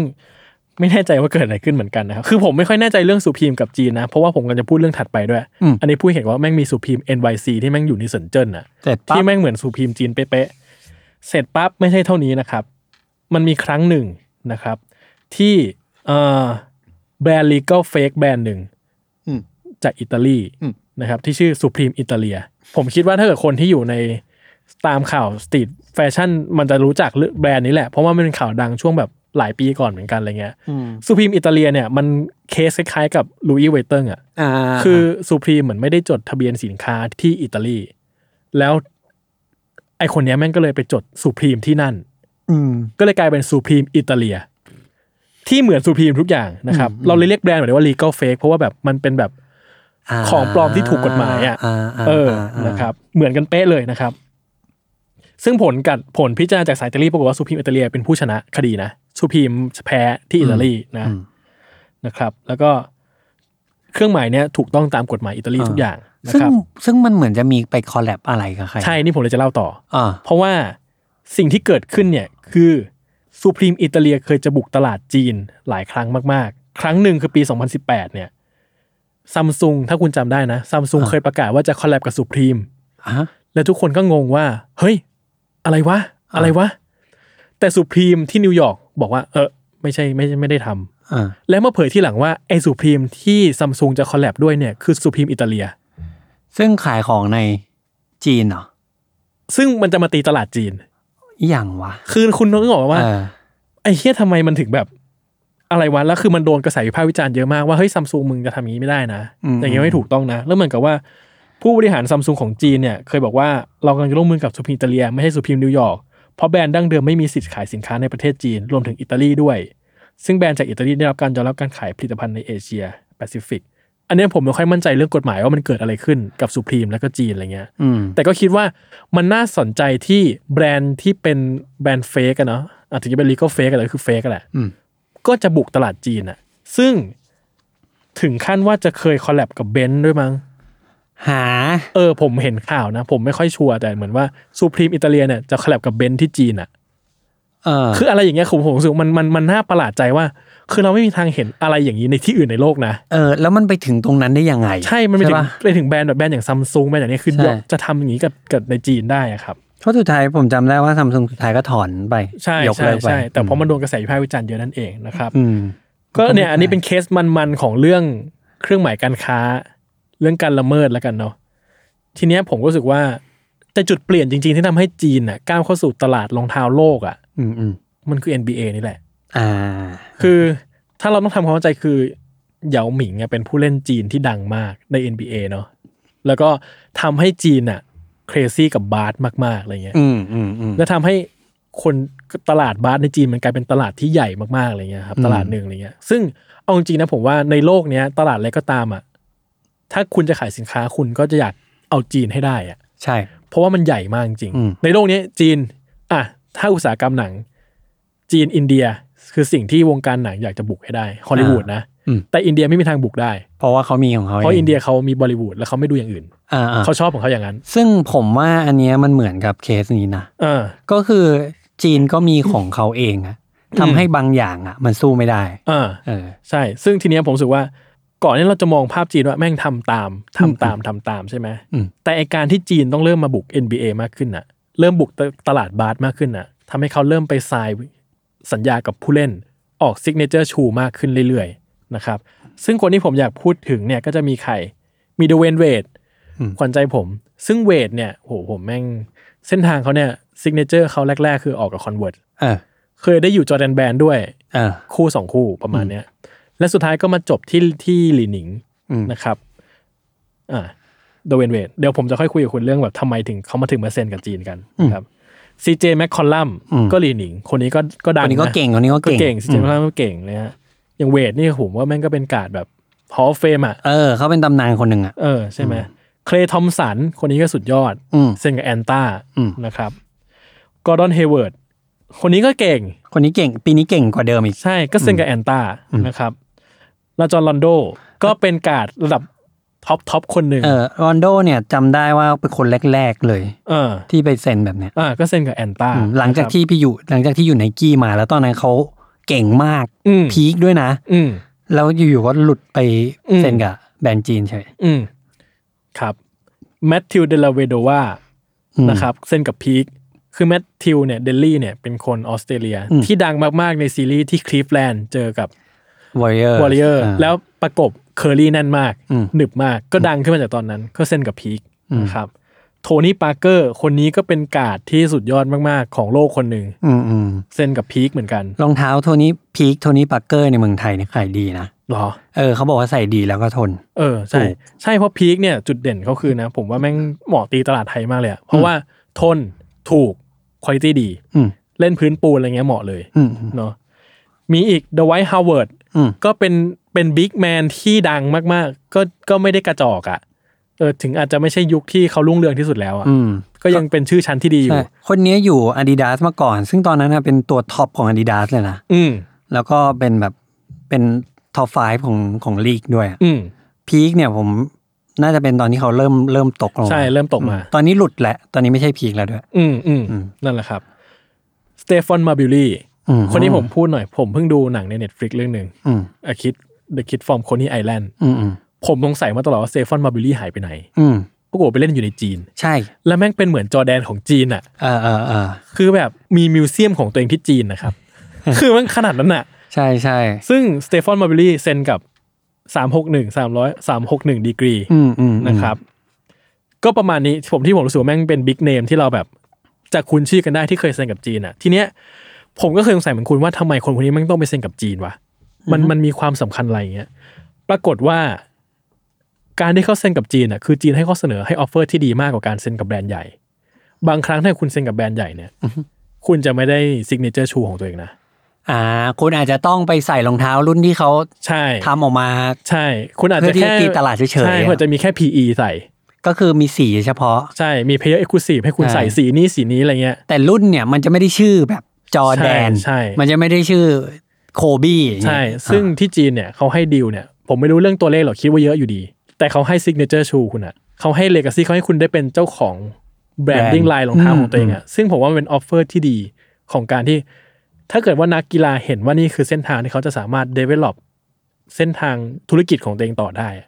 C: ไม่แน่ใจว่าเกิดอะไรขึ้นเหมือนกันนะครับ คือผมไม่ค่อยแน่ใจเรื่องซูพีมกับจีนนะ เพราะว่าผมกำลังจะพูดเรื่องถัดไปด้วย อันนี้พูดเห็นว่าแม่งมีซูพีม NYC ที่แม่งอยู่ในเซินเจิ้นอะ
B: แต่ปั๊บ
C: ที่แม่งเหมือนสูพรีมจีนเป๊ะๆ เสร็จปั๊บไม่ใช่เท่านี้นะครับ มันมีครั้งหนึ่งนะครับ ที่เอ่อแบรนด์ลีก็เฟกแบรนด์หนึ่ง
B: อืม
C: จากอิตาลี
B: อืม
C: นะครับ ที่ชื่อสูพรีมอิตาเลีย ผมคิดว่าถ้าเกิดคนที่อยู่ในตามข่าวสตรีทแฟชั่นมันจะรู้จักเรื่องแบรนด์นี้แหละ เพราะว่ามันเป็นข่าวดังช่วงแบบหลายปีก่อนเหมือนกันอะไรเงี้ยสูพรีมอิตาเลียเนี่ยมันเคสคล้ายๆกับลูอีเวเติงอะ
B: อ่า
C: คือซูพรีมเหมือนไม่ได้จดทะเบียนสินค้าที่อิตาลี แล้ว ไอคนเนี้ยแม่งก็เลยไปจดสูพรีมที่นั่น
B: อืม
C: ก็เลยกลายเป็นสูพรีมอิตาเลีย ที่เหมือนสูพรีมทุกอย่างนะครับ เราเลยเรียกแบรนด์แบบนี้ว่า legal fake เพราะว่าแบบมันเป็นแบบ
B: า
C: ของปลอมที่ถูกกฎหมายอ่ะ
B: าา
C: เออ
B: า
C: นะครับ เหมือนกันเป๊ะเลยนะครับ ซึ่งผลกับผลพิจารณาจากสายอิตาลีปรากฏว่าซูพรีมอิตาเลียเป็นผู้ชนะคดีนะซูพรีมแพ้ที่อิตาลีนะนะครับ แล้วก็เครื่องหมายเนี้ยถูกต้องตามกฎหมายอิตาลีทุกอย่างนะ
B: ซึ่ง
C: ครับ
B: ซึ่งมันเหมือนจะมีไปคอลแลบอะไรกับใคร
C: ใช่ นี่ผมเลยจะเล่าต่อ
B: อ่า
C: เพราะว่าสิ่งที่เกิดขึ้นเนี่ยคือซูพรีมอิตาเลียเคยจะบุกตลาดจีนหลายครั้งมาก ๆ ครั้งหนึ่งคือปี 2018 เนี่ยซัมซุงถ้าคุณจำได้นะซัมซุงเคยประกาศว่าจะคอลแลบกับซูพรีม
B: อ่ะ
C: แล้วทุกคนก็งงว่า เฮ้ย อะไรวะ อะไรวะ แต่สุพรีมที่นิวยอร์กบอกว่า เออไม่ใช่ไม่ใช่ไม่ได้ทำ
B: อ่า
C: และมาเผยที่หลังว่าไอ้สุพรีมที่ซัมซุงจะคอลแลบด้วยเนี่ยคือสุพรีมอิตาเลีย
B: ซึ่งขายของในจีนเหรอ
C: ซึ่งมันจะมาตีตลาดจีน
B: อหย่างวะ
C: คือคุณนึกออกไหมว่า
B: เออ
C: ไอ้เฮียทำไมมันถึงแบบ อะไรวะ แล้วคือมันโดนกระแสวิพากษ์วิจารณ์เยอะมากว่าเฮ้ยซัมซุงมึงจะทำอย่างนี้ไม่ได้นะ
B: อืม
C: อย่างนี้ยไม่ถูกต้องนะ แล้วเหมือนกับว่าผู้บริหารซัมซุงของจีนเนี่ยเคยบอกว่าเรากำลังจะร่วมมือกับสุพรีมอิตาเลียไม่ใช่สุพรีมนิวยอร์กเพราะแบรนด์ดั้งเดิมไม่มีสิทธิ์ขายสินค้าในประเทศจีนรวมถึงอิตาลีด้วย ซึ่งแบรนด์จากอิตาลีได้รับการยอมรับการขายผลิตภัณฑ์ในเอเชียแปซิฟิก อันเนี้ยผมไม่ค่อยมั่นใจเรื่องกฎหมายว่ามันเกิดอะไรขึ้นกับสุพรีมแล้วก็จีนอะไรเงี้ย
B: อืม
C: แต่ก็คิดว่ามันน่าสนใจที่แบรนด์ที่เป็นแบรนด์เฟกอะเนาะอาจจะเป็นลีก็เฟกอะไรคือเฟกแหละ
B: อืม
C: ก็จะบุกตลาดจีนอะซึ่งถึงขั้นว่าจะเคยคอลแลบกับเบนซ์ด้วยมั้ง
B: หา
C: เออผมเห็นข่าวนะ ผมไม่ค่อยชัวร์แต่เหมือนว่าซูพรีมอิตาเลียเนี่ยจะคอลแลบกับเบนซ์ที่จีนอะ
B: เออ
C: คืออะไรอย่างเงี้ยผมผมรู้สึกว่ามันมันมันน่าประหลาดใจว่า คือเราไม่มีทางเห็นอะไรอย่างนี้ในที่อื่นในโลกนะ
B: เออ แล้วมันไปถึงตรงนั้นได้ยังไง
C: ใช่มันไปถึง
B: ปะ
C: ไปถึงแบรนด์แบบแบรนด์อย่างซัมซุงแบรนด์อย่างเนี้ยคือ
B: ใช่
C: จะทำอย่างนี้กับกับในจีนได้อะครับ
B: เพราะสุดท้ายผมจำได้ว่าซัมซุงสุดท้ายก็ถอนไป
C: ใช่
B: ยก
C: ใช่
B: เลิกไป
C: ใช่แต่เพราะมันโดนกระแสวิพากษ์วิจารณ์เยอะนั่นเองนะครับ
B: อืม
C: ก็เนี่ยอันนี้เป็นเคสมันๆของเรื่องเครื่องหมายการค้า เรื่องการละเมิดแล้วกันเนาะทีเนี้ยผมก็รู้สึกว่าแต่จุดเปลี่ยนจริงๆ ที่ทำให้จีนน่ะก้าวเข้าสู่ตลาดรองเท้าโลกอ่ะ
B: อืมอืม
C: มันคือ NBA นี่แหละ
B: อ่า
C: คือถ้าเราต้องทำความเข้าใจคือเหยาหมิงอะเป็นผู้เล่นจีนที่ดังมากใน NBA เนาะแล้วก็ทำให้จีนน่ะเครซี่กับบาสมากๆอะไรเงี้ย
B: อืมอืมอืม
C: แล้วทำให้คนตลาดบาสในจีนมันกลายเป็นตลาดที่ใหญ่มากๆอะไรเงี้ยครับ
B: อืม
C: ตลาดหนึ่งอะไรเงี้ย ซึ่งเอาจริงๆนะผมว่าในโลกเนี้ยตลาดอะไรก็ตามอ่ะถ้าคุณจะขายสินค้าคุณก็จะอยากเอาจีนให้ได้อ่ะ
B: ใช่
C: เพราะว่ามันใหญ่มากจริง
B: อืม
C: ในโลกเนี้ยจีนอ่ะถ้าอุตสาหกรรมหนัง จีนอินเดียคือสิ่งที่วงการหนังอยากจะบุกให้ได้ฮอลลีวูดนะแต่อินเดียไม่มีทางบุกได้
B: เพราะว่าเขามีของเขา
C: เพราะอินเดียเขามีบอลิวูดแล้วเขาไม่ดูอย่างอื่น
B: อ่าอ่า
C: เขาชอบของเขาอย่างนั้น
B: ซึ่งผมว่าอันเนี้ยมันเหมือนกับเคสนี้นะ
C: เออ
B: ก็คือจีนก็มีของเขาเองอะทำให้บางอย่างอะมันสู้ไม่ได้
C: เออ
B: เออ
C: ใช่ ซึ่งทีเนี้ยผมรู้สึกว่าก่อนที่เราจะมองภาพจีนว่าแม่งทำตามทำตามทำตามใช่ไหม
B: อืม
C: แต่ไอการที่จีนต้องเริ่มมาบุก NBA มากขึ้นน่ะ เริ่มบุกตลาดบาสมากขึ้นน่ะทำให้เขาเริ่มไปไซายสัญญากับผู้เล่นออกซิกเนเจอร์ชูมากขึ้นเรื่อยๆนะครับ ซึ่งคนที่ผมอยากพูดถึงเนี่ยก็จะมีใคร มีเดเวนเวดขวัญใจผม ซึ่งเวดเนี่ยโหผมแม่งเส้นทางเขาเนี่ยซิกเนเจอร์เขาแรก ๆ คือออกกับคอนเวิร์ต
B: เออ
C: เคยได้อยู่จอแดนแบนด้วย
B: เออ
C: คู่สองคู่ประมาณเนี้ย และสุดท้ายก็มาจบที่ที่หลีหนิง
B: อืม
C: นะครับ อ่าโดเวนเวดเดี๋ยวผมจะค่อยคุยกับคุณเรื่องแบบทำไมถึงเขามาถึงมาเซ็นกับจีนกันนะครับซีเจแมคคอลลัมก็หลีหนิง คนนี้ก็ก็ดั
B: ค
C: ง
B: นนี้ก็เก่งคนนี้ก็
C: ก็เก่
B: เก่
C: ง
B: ง
C: ซีเจแมคคอลลัมก็เก่งเลยฮะอย่างเวดนี่ผมว่าแม่งก็เป็นการ์ดแบบฮอลเฟมอ่ะ
B: เออเขาเป็นตำนานคนหนึ่งอะ
C: เออใช่ไหมเคลย์ทอมสัน คนนี้ก็สุดยอด
B: อืม
C: เซ็นกับแอนต้า
B: อืม
C: นะครับกอร์ดอนเฮเวิร์ดคนนี้ก็เก่ง
B: คนนี้เก่ง ปีนี้เก่งกว่าเดิมอีก
C: ใช่ก็เซ็นกับแอนตานะครับแล้วจอห์นลอนโดก็เป็นการ์ดระดับท็อปท็อปคนหนึ่ง
B: เออรอนโดเนี่ยจำได้ว่าเป็นคนแรกๆเลย
C: เออ
B: ที่ไปเซ็นแบบเนี้ย
C: อ่าก็เซ็นกับแอนตา
B: อืมหลังจาก
C: นะครับ
B: ที่พี่อยู่หลังจากที่อยู่ในกี้มาแล้วตอนนั้นเขาเก่งมาก
C: อืม
B: พีคด้วยนะ
C: อืม
B: แล้วอยู่ๆก็หลุดไป
C: อืม
B: เซ็นกับแบรนด์จีนเฉย
C: อืมครับแมทธิวเดลาเวโดวา
B: อืม
C: นะครับเซ็นกับพีคคือแมทธิวเนี่ยเดลลี่เนี่ยเป็นคนออสเตรเลีย
B: อืม
C: ที่ดังมาก ๆ ในซีรีส์ที่คลีฟแลนด์เจอกับ
B: Warrior
C: วอริเออร์
B: า
C: แล้วประกบเคอรี่แน่นมาก
B: อืม
C: หนึบมากก็ดังขึ้นมาจากตอนนั้น ก็เส้นกับพีค
B: อืม
C: นะครับโทนี่ปาร์เกอร์คนนี้ก็เป็นการ์ดที่สุดยอดมากๆ ของโลกคนหนึ่ง
B: อืมอืม
C: เส้นกับพีคเหมือนกัน
B: รองเท้าโทนี้พีคโทนี้ปักเกอร์ในเมืองไทยเนี่ยขายดีนะ
C: หรอ
B: เออเขาบอกว่าใส่ดีแล้วก็ทน
C: เออ ใช่
B: ถูก
C: ใช่เพราะพีคเนี่ยจุดเด่นเขาคือนะ ผมว่าแม่งเหมาะตีตลาดไทยมากเลยอะเพราะว่าทน ถูกคุณภาพดี
B: อืม
C: เล่นพื้นปูนอะไรเงี้ยเหมาะเลย
B: อืมอืม
C: เนาะมีอีก The White Howard
B: อืม
C: ก็เป็นเป็นบิ๊กแมนที่ดังมากๆ ก็ก็ไม่ได้กระจอกอะ่ะเออถึงอาจจะไม่ใช่ยุคที่เขารุ่งเรืองที่สุดแล้ว
B: อื
C: อะ่ะ
B: ม
C: ก็ยังเป็นชื่อชั้นที่ดีอยู่
B: ใช่คนเนี้ยอยู่ Adidas มาก่อน ซึ่งตอนนั้นนะเป็นตัวท็อปของ Adidas เลยนะ
C: อืม
B: แล้วก็เป็นแบบเป็นท็อป5ของของลีกด้วยอะ
C: อืม
B: พีคเนี่ยผมน่าจะเป็นตอนที่เขาเริ่มเริ่มตกลงมา
C: ใช่เริ่มตกมา
B: อืตอนนี้หลุดแหละ ตอนนี้ไม่ใช่พีคแล้วด้วย
C: อืมอืม
B: อืม
C: นั่นแหละครับสเตฟานมาบิลลี่
B: อื
C: คนนี้ผมพูดหน่อย ผมเพิ่งดูหนังใน Netflix เรื่องหนึ่ง
B: อืม
C: อาคิด The Kid from Coney Island
B: อืมอืม
C: ผมสงสัยมาตลอดว่าสเตฟานมาบิลลี่หายไปไหน
B: อืม
C: ปรากฏว่าไปเล่นอยู่ในจีน
B: ใช่
C: แล้วแม่งเป็นเหมือนจอร์แดนของจีนอ่ะ
B: เออเออเออ
C: คือแบบมีมิวเซียมของตัวเองที่จีนนะครับ คือมันขนาดนั้นน่ะ
B: ใช่ใช่
C: ซึ่งสเตฟานมาบิลลี่เซ็นกับ 361 300 361ดีกรี
B: อืมอืมอืม
C: นะครับ ก็ประมาณนี้ผมที่ผมรู้สึกว่าแม่งเป็นบิ๊กเนมที่เราแบบจะคุ้นชื่อกันได้ที่เคยเซ็นกับจีนอ่ะ ทีเนี้ยผมก็เคยสงสัยเหมือนคุณว่าทำไมคนคนนี้แม่งต้องไปเซ็นกับจีนวะมันมันมีความสำคัญอะไรอย่างเงี้ยปรากฏว่า การที่เขาเซ็นกับจีนอ่ะคือจีนให้ข้อเสนอให้ออฟเฟอร์ที่ดีมากกว่าการเซ็นกับแบรนด์ใหญ่ บางครั้งถ้าคุณเซ็นกับแบรนด์ใหญ่เนี่ยคุณจะไม่ได้ซิกเนเจอร์ชูของตัวเองนะ
B: อ่า คุณอาจจะต้องไปใส่รองเท้ารุ่นที่เขา
C: ใช่
B: ทำออกมา
C: ใช่ คุณอาจจะ
B: เพื่อที่
C: แค่
B: จะตีตลาดเฉยๆ
C: ใช่
B: อะ
C: คุณอาจจะมีแค่ PE ใส่
B: ก็คือมีสีเฉพาะ
C: ใช่ มี Player Exclusive ให้คุณ
B: ใช่
C: ใส่สีนี้สีนี้อะไรเงี้ย
B: แต่รุ่นเนี่ยมันจะไม่ได้ชื่อแบบจอแดน
C: ใช่ใช่
B: มันจะไม่ได้ชื่อโคบี้อย่างเงี้ย
C: ใช่ ซึ่งที่จีนเนี่ยเขาให้ดีลเนี่ย ผมไม่รู้เรื่องตัวเลขหรอกคิดว่าเยอะอยู่ดี แต่เขาให้ซิกเนเจอร์ชูคุณอะเขาให้เลก a ซีเขาให้คุณได้เป็นเจ้าของแบรนดิ้งไลน์รองเท้าของตัวเองอะซึ่งผมว่ามันเป็นออฟเฟอร์ที่ดีของการที่ ถ้าเกิดว่านักกีฬาเห็นว่านี่คือเส้นทางที่เขาจะสามารถ develop เส้นทางธุรกิจของตัวเองต่อได้อะ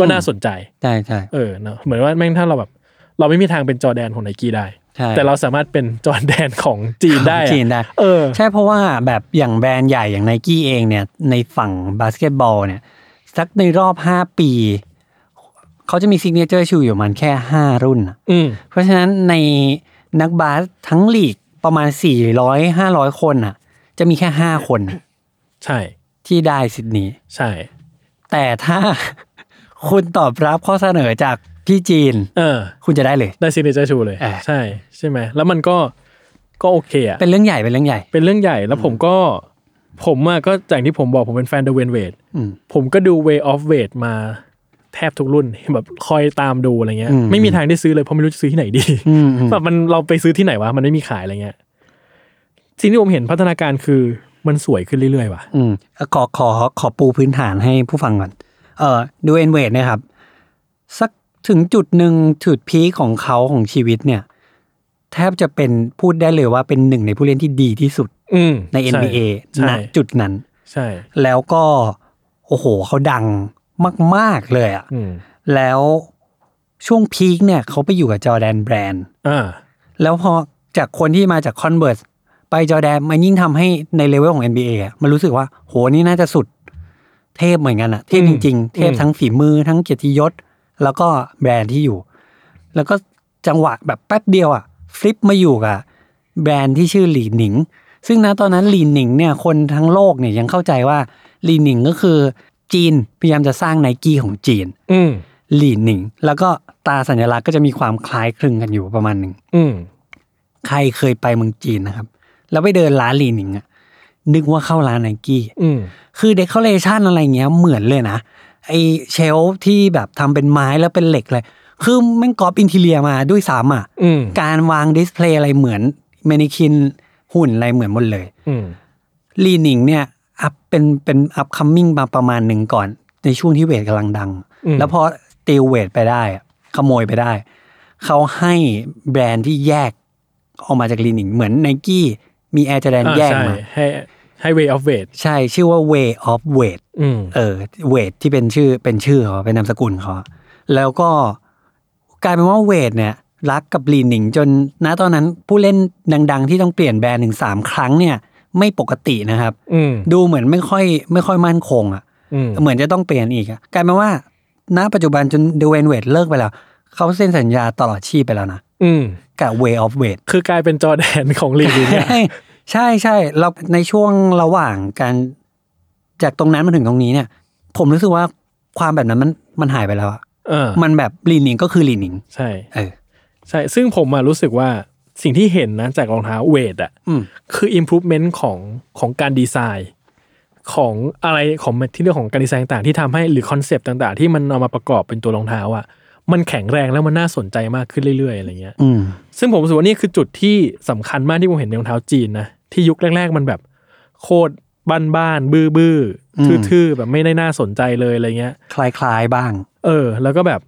C: ก็น่าสนใจ
B: ใช่ใช่
C: เออเนอะเหมือนว่าแม่งถ้าเราแบบ เราไม่มีทางเป็นจอร์แดนของไนกี้ได้
B: ใช่
C: แต่เราสามารถเป็นจอร์แดนของจีนได้อะ
B: จีนได้
C: เออ
B: ใช่เพราะว่าแบบอย่างแบรนด์ใหญ่อย่างไนกี้เองเนี่ย ในฝั่งบาสเกตบอลเนี่ย สักในรอบ 5 ปี เขาจะมีซิกเนเจอร์ชูอยู่ประมันแค่ 5 รุ่นน่ะ
C: อืม
B: เพราะฉะนั้นในนักบาสทั้งลีกประมาณ 400 500 คนอ่ะ จะมีแค่ 5 คนน่ะ
C: ใช่
B: ที่ได้สิทธิ์นี้
C: ใช่
B: แต่ถ้า คุณตอบรับข้อเสนอจากพี่จีน
C: เออ
B: คุณจะได้เลย
C: ได้ซิกเนเจอร์ชูเลย
B: อ่ะ
C: ใช่ ใช่ไหม แล้วมันก็ก็โอเคอ่ะ
B: เป็นเรื่องใหญ่เป็นเรื่องใหญ่
C: เป็นเรื่องใหญ่แล้วผมก็ ผมอะก็จากที่ผมบอกผมเป็นแฟนเดอะเวนเวด
B: อืม
C: ผมก็ดู Way of w e i g h t มาแทบทุกรุ่นแบบคอยตามดูอะไรเงี้ย
B: อืม
C: ไม่มีทางได้ซื้อเลยเพราะไม่รู้จะซื้อที่ไหนดี
B: อืมอืม
C: แบบมันเราไปซื้อที่ไหนวะ มันไม่มีขายอะไรเงี้ยสิ่งที่ผมเห็นพัฒนาการคือมันสวยขึ้นเรื่อยๆว่ะ
B: อืมขอขอขอปูพื้นฐานให้ผู้ฟังก่อน เอ่อดูเอนเวดนะครับ สักถึงจุดหนึ่งจุดพีคของเขาของชีวิตเนี่ย แทบจะเป็นพูดได้เลยว่าเป็นหนึ่งในผู้เล่นที่ดีที่สุด
C: อืม
B: ใน NBA ณ
C: ใช่ใช่
B: จุดนั้น
C: ใช่
B: แล้วก็ โอ้โห เขาดังมาก ๆ เลยอะ
C: อืม
B: แล้วช่วงพีคเนี่ย เขาไปอยู่กับจอแดนแบรนด์
C: อ่า
B: แล้วพอจากคนที่มาจาก Converse ไปจอร์แดนมันยิ่งทำให้ในเลเวลของ NBA อะมันรู้สึกว่า โหนี่น่าจะสุดเทพเหมือนกันอะเทพจริง ๆ เทพทั้งฝีมือทั้งเกียรติยศ แล้วก็แบรนด์ที่อยู่ แล้วก็จังหวะแบบแป๊บเดียวอะฟลิปมาอยู่กับแบรนด์ที่ชื่อหลีหนิง ซึ่งนะตอนนั้นหลีหนิงเนี่ยคนทั้งโลกเนี่ยยังเข้าใจว่าหลีหนิงก็คือจีนพยายามจะสร้างไนกี้ของจีน
C: อืม
B: หลีหนิง แล้วก็ตาสัญลักษณ์ก็จะมีความคล้ายคลึงกันอยู่ประมาณหนึ่ง
C: อืม
B: ใครเคยไปเมืองจีนนะครับ แล้วไปเดินร้านลีหนิงอะนึกว่าเข้าร้านไนกี้
C: อืม
B: คือเดคอเรชันอะไรเงี้ยเหมือนเลยนะ ไอเชลฟ์ที่แบบทำเป็นไม้แล้วเป็นเหล็กเลย คือแม่งกอบอินทีเลียมาด้วยซ้ำอ่ะ
C: อืม
B: การวางดิสเพลย์อะไรเหมือนเมนิคินหุ่นอะไรเหมือนหมดเลย
C: อืม
B: ลีหนิงเนี่ยอัพเป็นเป็นอัพคัมมิ่งมาประมาณหนึ่งก่อน ในช่วงที่เวทกำลังดัง แล้วพอตีเวทไปได้อะขโมยไปได้ เขาให้แบรนด์ที่แยกออกมาจากลีนิงเหมือนไนกี้มีแอร์จ r แดน
C: อ่า
B: แยก
C: ใช่
B: มา
C: ให้ให้ way of w e i g h t
B: ใช่ชื่อว่า way of weight
C: อืม
B: เออเวทที่เป็นชื่อเป็นชื่อเขาเป็นนามสกุลเขาแล้วก็กลายเป็นว่าเวทเนี่ย รักกับลีนิงจนณตอนนั้นผู้เล่นดัง ๆ ที่ต้องเปลี่ยนแบรนด์ถึงสามครั้งเนี่ย ไม่ปกตินะครับ
C: อืม
B: ดูเหมือนไม่ค่อยไม่ค่อยมั่นคงอ่ะ
C: อืม
B: เหมือนจะต้องเปลี่ยนอีกอะกลายเป็นว่า ณ ปัจจุบันจนเดเวนเวดเลิกไปแล้ว เขาเซ็นสัญญาตลอดชีพไปแล้วนะ
C: อืม
B: กับ Way of w e i g h t
C: คือกลายเป็นจอแดนของลีดินเนี่ย
B: ใช่ใช่เราในช่วงระหว่างการจากตรงนั้นมาถึงตรงนี้เนี่ย ผมรู้สึกว่าความแบบนั้นมันมันหายไปแล้วอะ
C: เออ
B: มันแบบลีนิงก็คือลีนิง
C: ใช่
B: เออ
C: ใช่ ซึ่งผมอะรู้สึกว่า สิ่งที่เห็นนะจากรองเท้าเวทอะ
B: อืม
C: คือ improvement ของของการดีไซน์ ของอะไรของที่เรื่องของการดีไซน์ต่างๆที่ทำให้หรือคอนเซปต์ต่างๆ ที่มันเอามาประกอบเป็นตัวรองเท้าอะมันแข็งแรงแล้วมันน่าสนใจมากขึ้นเรื่อยๆอะไรเงี้ย
B: อืม
C: ซึ่งผมรู้สึกว่านี่คือจุดที่สำคัญมากที่ผมเห็นในรองเท้าจีนนะ ที่ยุคแรก ๆ มันแบบโคตรบ้านๆบื้อ
B: อืม
C: ๆทื่อๆแบบไม่ได้น่าสนใจเลยอะไรเงี้ย
B: คล้ายๆบ้าง
C: เออ แล้วก็แบบ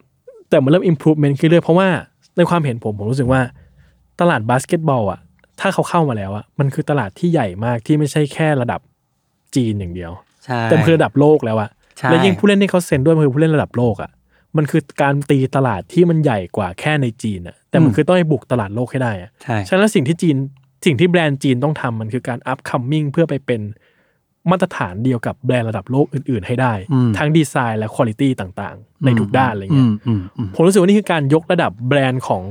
C: แต่มันเริ่ม improvement ขึ้นเรื่อยเพราะว่าในความเห็นผมผมรู้สึกว่า ตลาดบาสเกตบอลอ่ะ ถ้าเขาเข้ามาแล้วอ่ะมันคือตลาดที่ใหญ่มากที่ไม่ใช่แค่ระดับจีนอย่างเดียว
B: ใช่
C: แต่มันคือระดับโลกแล้วอ่ะ
B: ใช่
C: และยิ่งผู้เล่นที่เขาเซ็นด้วยมันคือผู้เล่นระดับโลกอ่ะมันคือการตีตลาดที่มันใหญ่กว่าแค่ในจีนอ่ะแต่มันคือต้องให้บุกตลาดโลกให้ได้อ่ะ
B: ใช่
C: ฉะนั้นสิ่งที่จีนสิ่งที่แบรนด์จีนต้องทำมันคือการอัพคัมมิ่งเพื่อไปเป็นมาตรฐานเดียวกับแบรนด์ระดับโลกอื่น ๆ ให้ได้ ทั้งดีไซน์และคุณภาพต่าง ๆ ในทุกด้านอะไร
B: อื
C: เงี้ย
B: มอืมอืม
C: ผมรู้สึกว่านี่คือการยกระดับแบรนด์ของ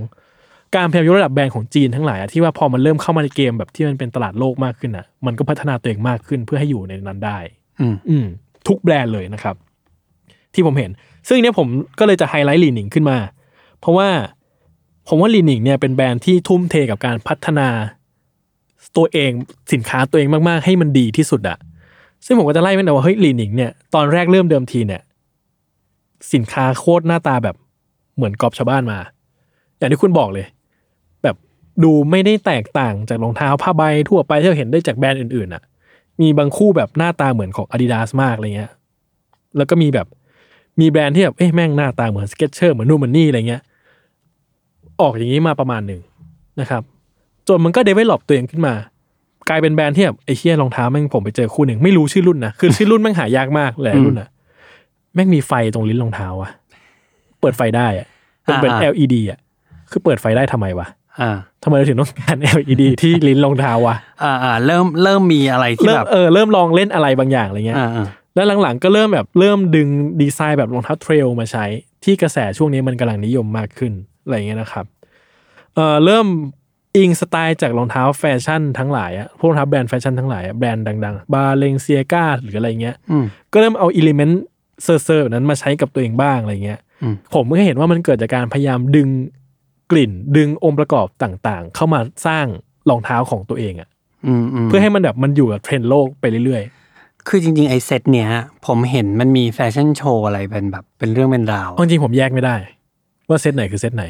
C: การพยายามยกระดับแบรนด์ของจีนทั้งหลายอะที่ว่าพอมันเริ่มเข้ามาในเกมแบบที่มันเป็นตลาดโลกมากขึ้นอ่ะมันก็พัฒนาตัวเองมากขึ้นเพื่อให้อยู่ในนั้นได้
B: อืม
C: อืมทุกแบรนด์เลยนะครับ ที่ผมเห็น ซึ่งเนี้ยผมก็เลยจะไฮไลท์ลีนิงขึ้นมา เพราะว่าผมว่าลีนิงเนี่ยเป็นแบรนด์ที่ทุ่มเทกับการพัฒนาตัวเองสินค้าตัวเองมาก ๆ ให้มันดีที่สุดอะซึ่งผมก็จะไล่ไปหน่อยว่าเฮ้ยลีนิงเนี่ยตอนแรกเริ่มเดิมทีเนี่ย สินค้าโคตรหน้าตาแบบเหมือนกอบชาวบ้านมา อย่างที่คุณบอกเลย แบบดูไม่ได้แตกต่างจากรองเท้าผ้าใบทั่วไปที่เราเห็นได้จากแบรนด์อื่นๆอะ มีบางคู่แบบหน้าตาเหมือนของ Adidas มากอะไรเงี้ย แล้วก็มีแบบมีแบรนด์ที่แบบเอ้ยแม่งหน้าตาเหมือนสเก็ตเชอร์เหมือนนู่นเหมือนนี่อะไรเงี้ย ออกอย่างนี้มาประมาณหนึ่งนะครับ จนมันก็เดเวล็อปตัวเองขึ้นมา กลายเป็นแบรนด์ที่แบบไอ้เชี่ยรองเท้าแม่งผมไปเจอคู่หนึ่งไม่รู้ชื่อรุ่นนะคือชื่อรุ่นแม่งหายากมากหลายรุ่นนะแม่งมีไฟตรงลิ้นรองเท้าอะเปิดไฟได้อะมันเป็น LED อะคือเปิดไฟได้ทำไมวะ
B: อ่า
C: ทำไมเราถึงต้องการ LED ที่ลิ้นรองเท้าวะ
B: อ่าอ่าเริ่มเริ่มมีอะไรที่
C: เริ่ม
B: แบบ
C: เออเริ่มลองเล่นอะไรบางอย่างอะไรเงี้ย
B: อ่าอ่า
C: แล้วหลังๆก็เริ่มแบบเริ่มดึงดีไซน์แบบรองเท้าเทรลมาใช้ ที่กระแสช่วงนี้มันกำลังนิยมมากขึ้นอะไรเงี้ยนะครับเออเริ่มอิงสไตล์จากรองเท้าแฟชั่นทั้งหลายอะพวกรองเท้าแบรนด์แฟชั่นทั้งหลายอะแบรนด์ดังๆบาเลงเซียกาหรืออะไรเงี้ย
B: อืม
C: ก็เริ่มเอาอิเลเมนต์เซอร์ๆแบบนั้นมาใช้กับตัวเองบ้างอะไรเงี้ย
B: อืม
C: ผมก็เห็นว่ามันเกิดจากการพยายามดึงกลิ่น ดึงองค์ประกอบต่างๆ เข้ามาสร้างรองเท้าของตัวเองอะ
B: อืมอืม
C: เพื่อให้มันแบบมันอยู่กับเทรนด์โลกไปเรื่อยๆ
B: คือจริงๆ ไอ้เซตเนี้ย ผมเห็นมันมีแฟชั่นโชว์อะไรเป็นแบบเป็นเรื่องเป็นราว
C: เอาจริงผมแยกไม่ได้ ว่าเซตไหนคือเซตไหน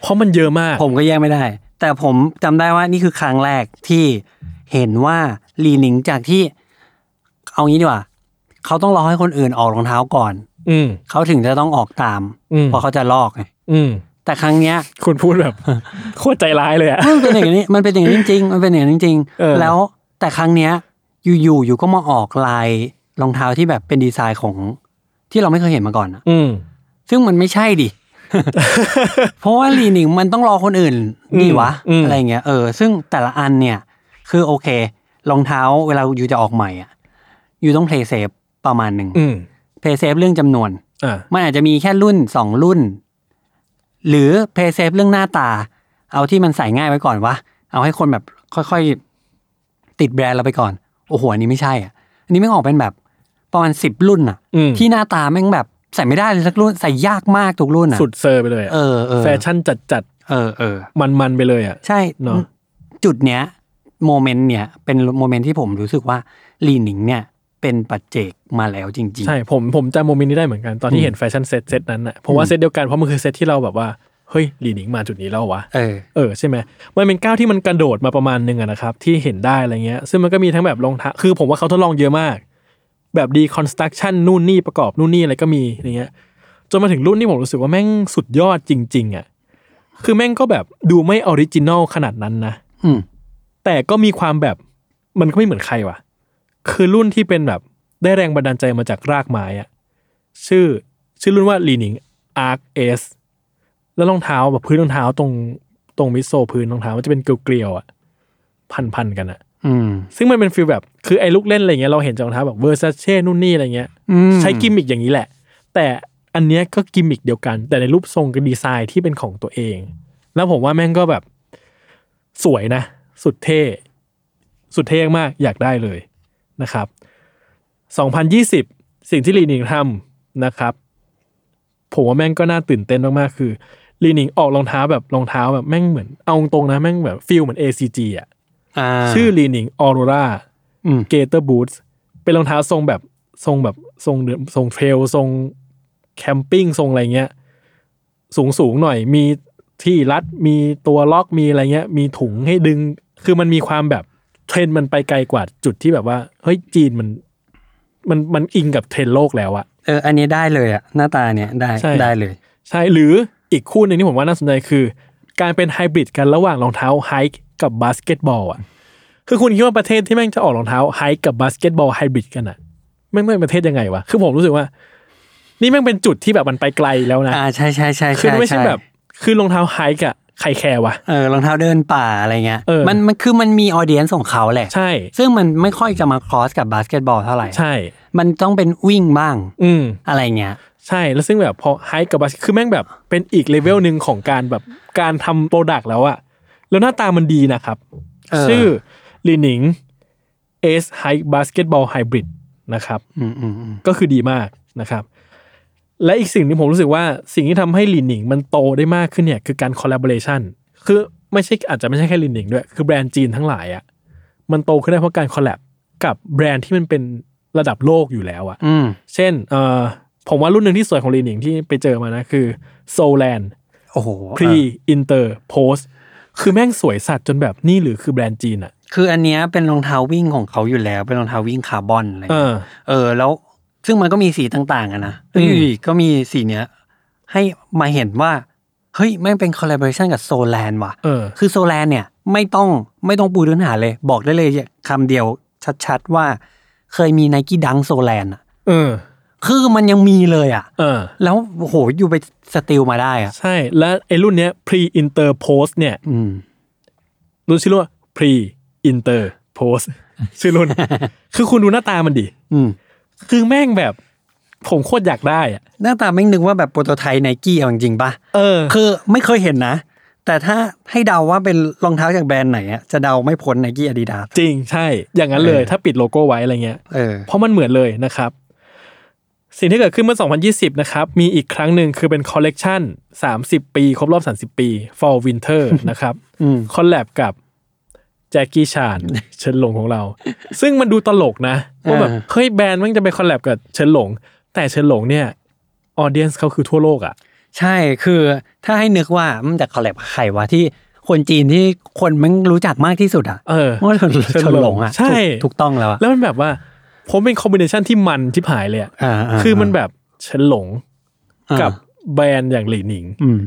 C: เพราะมันเยอะมาก
B: ผมก็แยกไม่ได้ แต่ผมจำได้ว่านี่คือครั้งแรกที่เห็นว่าลีหนิงจากที่ เอางี้ดีกว่า เขาต้องรอให้คนอื่นออกรองเท้าก่อน
C: อืม
B: เขาถึงจะต้องออกตาม
C: อืม
B: เพราะเขาจะลอกไง
C: อืม
B: แต่ครั้งเนี้ย
C: คุณพูดแบบ โคตรใจร้ายเลยอะ
B: มันเป็นอย่างนี้มันเป็นอย่างนี้จริงๆมันเป็นอย่างนี้จริงๆ
C: เออ
B: แล้วแต่ครั้งเนี้ย อยู่ๆอยู่ก็มาออกลายรองเท้าที่แบบเป็นดีไซน์ของที่เราไม่เคยเห็นมาก่อนอะ
C: อืม
B: ซึ่งมันไม่ใช่ดิ เพราะว่าลีนิงมันต้องรอคนอื่นนี่วะ
C: อืม
B: อะไรเงี้ย เออ ซึ่งแต่ละอันเนี่ย คือโอเค รองเท้าเวลาอยู่จะออกใหม่อ่ะ อยู่ต้องเพลย์เซฟประมาณหนึ่ง
C: อืม
B: เพลย์เซฟเรื่องจำนวน
C: อ่ะ
B: มันอาจจะมีแค่รุ่นสองรุ่น หรือเพลย์เซฟเรื่องหน้าตา เอาที่มันใส่ง่ายไว้ก่อนวะ เอาให้คนแบบค่อยๆ ติดแบรนด์เราไปก่อน โอ้โห อันนี้ไม่ใช่อ่ะ อันนี้ไม่งออกเป็นแบบประมาณสิบรุ่นอ่ะ
C: อืม
B: ที่หน้าตาแม่งแบบใส่ไม่ได้เลยสักรุ่นใส่ยากมากทุกรุ่นอ่ะ
C: สุดเซอร์ไปเลยอะ
B: เออเออ
C: แฟชั่นจัดจัด
B: เออเออ
C: มันมันๆไปเลยอ่ะ
B: ใช่
C: เนอะ
B: จุดเนี้ยโมเมนต์เนี้ยเป็นโมเมนต์ที่ผมรู้สึกว่าลีหนิงเนี่ยเป็นปัจเจกมาแล้วจริง
C: ใช่ผมผมจำโมเมนต์นี้ได้เหมือนกันตอน
B: อื
C: ที่
B: ม
C: เห็นแฟชั่นเซตเซตนั้นอ่ะผมว่าเซตเดียวกันเพราะมันคือเซตที่เราแบบว่าเฮ้ยลีนิงมาจุดนี้แล้ววะ
B: ๆ เออ
C: เออใช่ไหมมันเป็นก้าวที่มันกระโดดมาประมาณหนึ่งอะนะครับ ที่เห็นได้อะไรเงี้ย ซึ่งมันก็มีทั้งแบบรองเท้าคือผมว่าเขาทดลองเยอะมาก แบบดีคอนสตรักชั่นนู่นนี่ประกอบนู่นนี่อะไรก็มีอะไรเงี้ยจนมาถึงรุ่นที่ผมรู้สึกว่าแม่งสุดยอดจริง ๆอะคือแม่งก็แบบดูไม่ออริจินอลขนาดนั้นนะ
B: อืม
C: แต่ก็มีความแบบมันก็ไม่เหมือนใครว่ะ คือรุ่นที่เป็นแบบได้แรงบันดาลใจมาจากรากไม้อะชื่อชื่อรุ่นว่าลีนิงอาร์คเอสแล้วรองเท้าแบบพื้นรองเท้าตรงตรงมิดโซลพื้นรองเท้ามันจะเป็นเกลียวๆอะพันพันๆกันอะ
B: อืม
C: ซึ่งมันเป็นฟีลแบบคือไอ้ลูกเล่นอะไรเงี้ยเราเห็นจากรองเท้าแบบเวอร์ซเช่นู่นนี่อะไรเงี้ย
B: อืม
C: ใช้กิมมิกอย่างนี้แหละ แต่อันเนี้ยก็กิมมิกเดียวกัน แต่ในรูปทรงกับดีไซน์ที่เป็นของตัวเอง แล้วผมว่าแม่งก็แบบสวยนะ สุดเท่ สุดเท่มากอยากได้เลยนะครับ 2020 สิ่งที่ลีนิงทำนะครับ ผมว่าแม่งก็น่าตื่นเต้นมาก ๆ คือ ลีนิงออกรองเท้าแบบรองเท้าแบบแม่งเหมือน เอาตรงๆนะแม่งแบบฟิลเหมือน ACG อ่ะ
B: อ่า
C: ชื่อลีนิงออโรรา
B: อืม
C: เกเตอร์บูทเป็นรองเท้าทรงแบบทรงแบบทรงเดินทรงเทรลทรงแคมปิ้งทรงอะไรเงี้ย สูงสูงๆหน่อยมีที่รัดมีตัวล็อกมีอะไรเงี้ย มีถุงให้ดึง คือมันมีความแบบเทรนด์มันไปไกลกว่าจุดที่แบบว่า เฮ้ยจีนมัน มันมันอิงกับเทรนด์โลกแล้วอะ
B: เอออันนี้ได้เลยอะหน้าตาเนี่ยได้
C: ใช่
B: ได้เลย
C: ใช่หรืออีกคู่หนึ่งที่ผมว่าน่าสนใจคือ การเป็นไฮบริดกันระหว่างรองเท้าไฮค์กับบาสเกตบอลอ่ะคือคุณคิดว่าประเทศที่แม่งจะออกรองเท้าไฮค์กับบาสเกตบอลไฮบริดกันอ่ะแม่งเป็นประเทศยังไงวะคือผมรู้สึกว่า นี่แม่งเป็นจุดที่แบบมันไปไกลแล้วนะ
B: อ่าใช่ใช่ใช่
C: คือ
B: ใช่
C: ไม่ใช่
B: ใช่
C: แบบ คือรองเท้าไฮค์อะใครแคร์วะ
B: เออรองเท้าเดินป่าอะไรเงี้ย
C: เออ
B: มันมันคือมันมีออเดียนของเขาแหละ
C: ใช่
B: ซึ่งมันไม่ค่อยจะมาครอสกับบาสเกตบอลเท่าไหร่
C: ใช่
B: มันต้องเป็นวิ่งบ้าง
C: อืม
B: อะไรเงี้ย
C: ใช่แล้วซึ่งแบบพอไฮกับบาสคือแม่งแบบเป็นอีกเลเวลหนึ่งของการแบบการทำโปรดักต์แล้วอะแล้วหน้าตามันดีนะครับ
B: เออ
C: ชื่อลีนิงเอสไฮบาสเกตบอลไฮบริดนะครับ
B: อืมอืมอืม
C: ก็คือดีมากนะครับ และอีกสิ่งที่ผมรู้สึกว่าสิ่งที่ทำให้ลีนิงมันโตได้มากขึ้นเนี่ยคือการคอลล b o เ a ชันคือไม่ใช่อาจจะไม่ใช่แค่ลีนิงด้วย คือแบรนด์จีนทั้งหลายอะมันโตขึ้นได้เพราะการคอลแลบกับแบรนด์ที่มันเป็นระดับโลกอยู่แล้วอะ
B: อืม
C: เช่นเอ่อผมว่ารุ่นหนึ่งที่สวยของลีนหนิงที่ไปเจอมานะคือ Solan
B: โอ้โห
C: Pre Inter Post คือแม่งสวยสัตว์จนแบบนี่หรือคือแบรนด์จีนอ่ะ
B: คืออันเนี้ยเป็นรองเท้าวิ่งของเขาอยู่แล้ว เป็นรองเท้าวิ่งคาร์บอนอะไร
C: เอ
B: เงี้ย
C: อ
B: เออ แล้วซึ่งมันก็มีสีต่างๆอะนะ
C: อืม
B: อยู่ดีก็มีสีเนี้ย ให้มาเห็นว่า เฮ้ยแม่งเป็นคอลลาบอร์ชันกับโซแลนว่ะ
C: เออ
B: คือโซแลนเนี่ยไม่ต้องไม่ต้องปูพื้นหาเลย บอกได้เลยคำเดียวชัดๆว่า เคยมีไนกี้ดังโซแลนอะ
C: เออ
B: คือมันยังมีเลยอะ
C: เออ
B: แล้วโอ้โหอยู่ไปสติลมาได้อะ
C: ใช่ และไอ้รุ่นเนี้ย Pre Inter Post เนี่ย
B: อืม
C: รุ่นชื่อรุ่นว่า Pre Inter Post ชื่อรุ่น คือคุณดูหน้าตามันดิ
B: อืม
C: คือแม่งแบบผมโคตรอยากได้อ่ะ
B: หน้าตาไม่งนึกว่าแบบโปรโตไทป์ไนกี้เอาจริงๆปะ
C: เออ
B: คือไม่เคยเห็นนะ แต่ถ้าให้เดาว่าเป็นรองเท้าจากแบรนด์ไหนอะจะเดาไม่พ้นไนกี้อาดิดาส
C: จริงใช่ อย่างนั้นเลย
B: เออ
C: ถ้าปิดโลโก้ไว้อะไรเงี้ย
B: เออ
C: เพราะมันเหมือนเลยนะครับ สิ่งที่เกิดขึ้นเมื่อ 2020 นะครับ มีอีกครั้งหนึ่งคือเป็นคอลเลกชัน30 ปี ครบรอบ 30 ปี Fall Winter นะครับ
B: อืม
C: คอลแลบกับแจ็คกี้ชาน เฉินหลงของเรา ซึ่งมันดูตลกนะว่าแบบ เฮ้ย แบรนด์มันจะไปคอลแลบกับเฉินหลง แต่เฉินหลงเนี่ยออเดียนส์เขาคือทั่วโลกอ่ะ
B: ใช่คือถ้าให้นึกว่ามันจะคอลแลบกับใครวะที่คนจีนที่คนมันรู้จักมากที่สุดอะ
C: เออ
B: ว่าชนหลงอะ
C: ใช่
B: ถูกถูกต้องแล้วอะ
C: แล้วมันแบบว่า ผมเป็นคอมบิเนชันที่มันที่ผายเลยอะ
B: าา
C: คือมันแบบเฉินหลง
B: อ่า
C: กับแบรนด์อย่างหลี่หนิง
B: อืม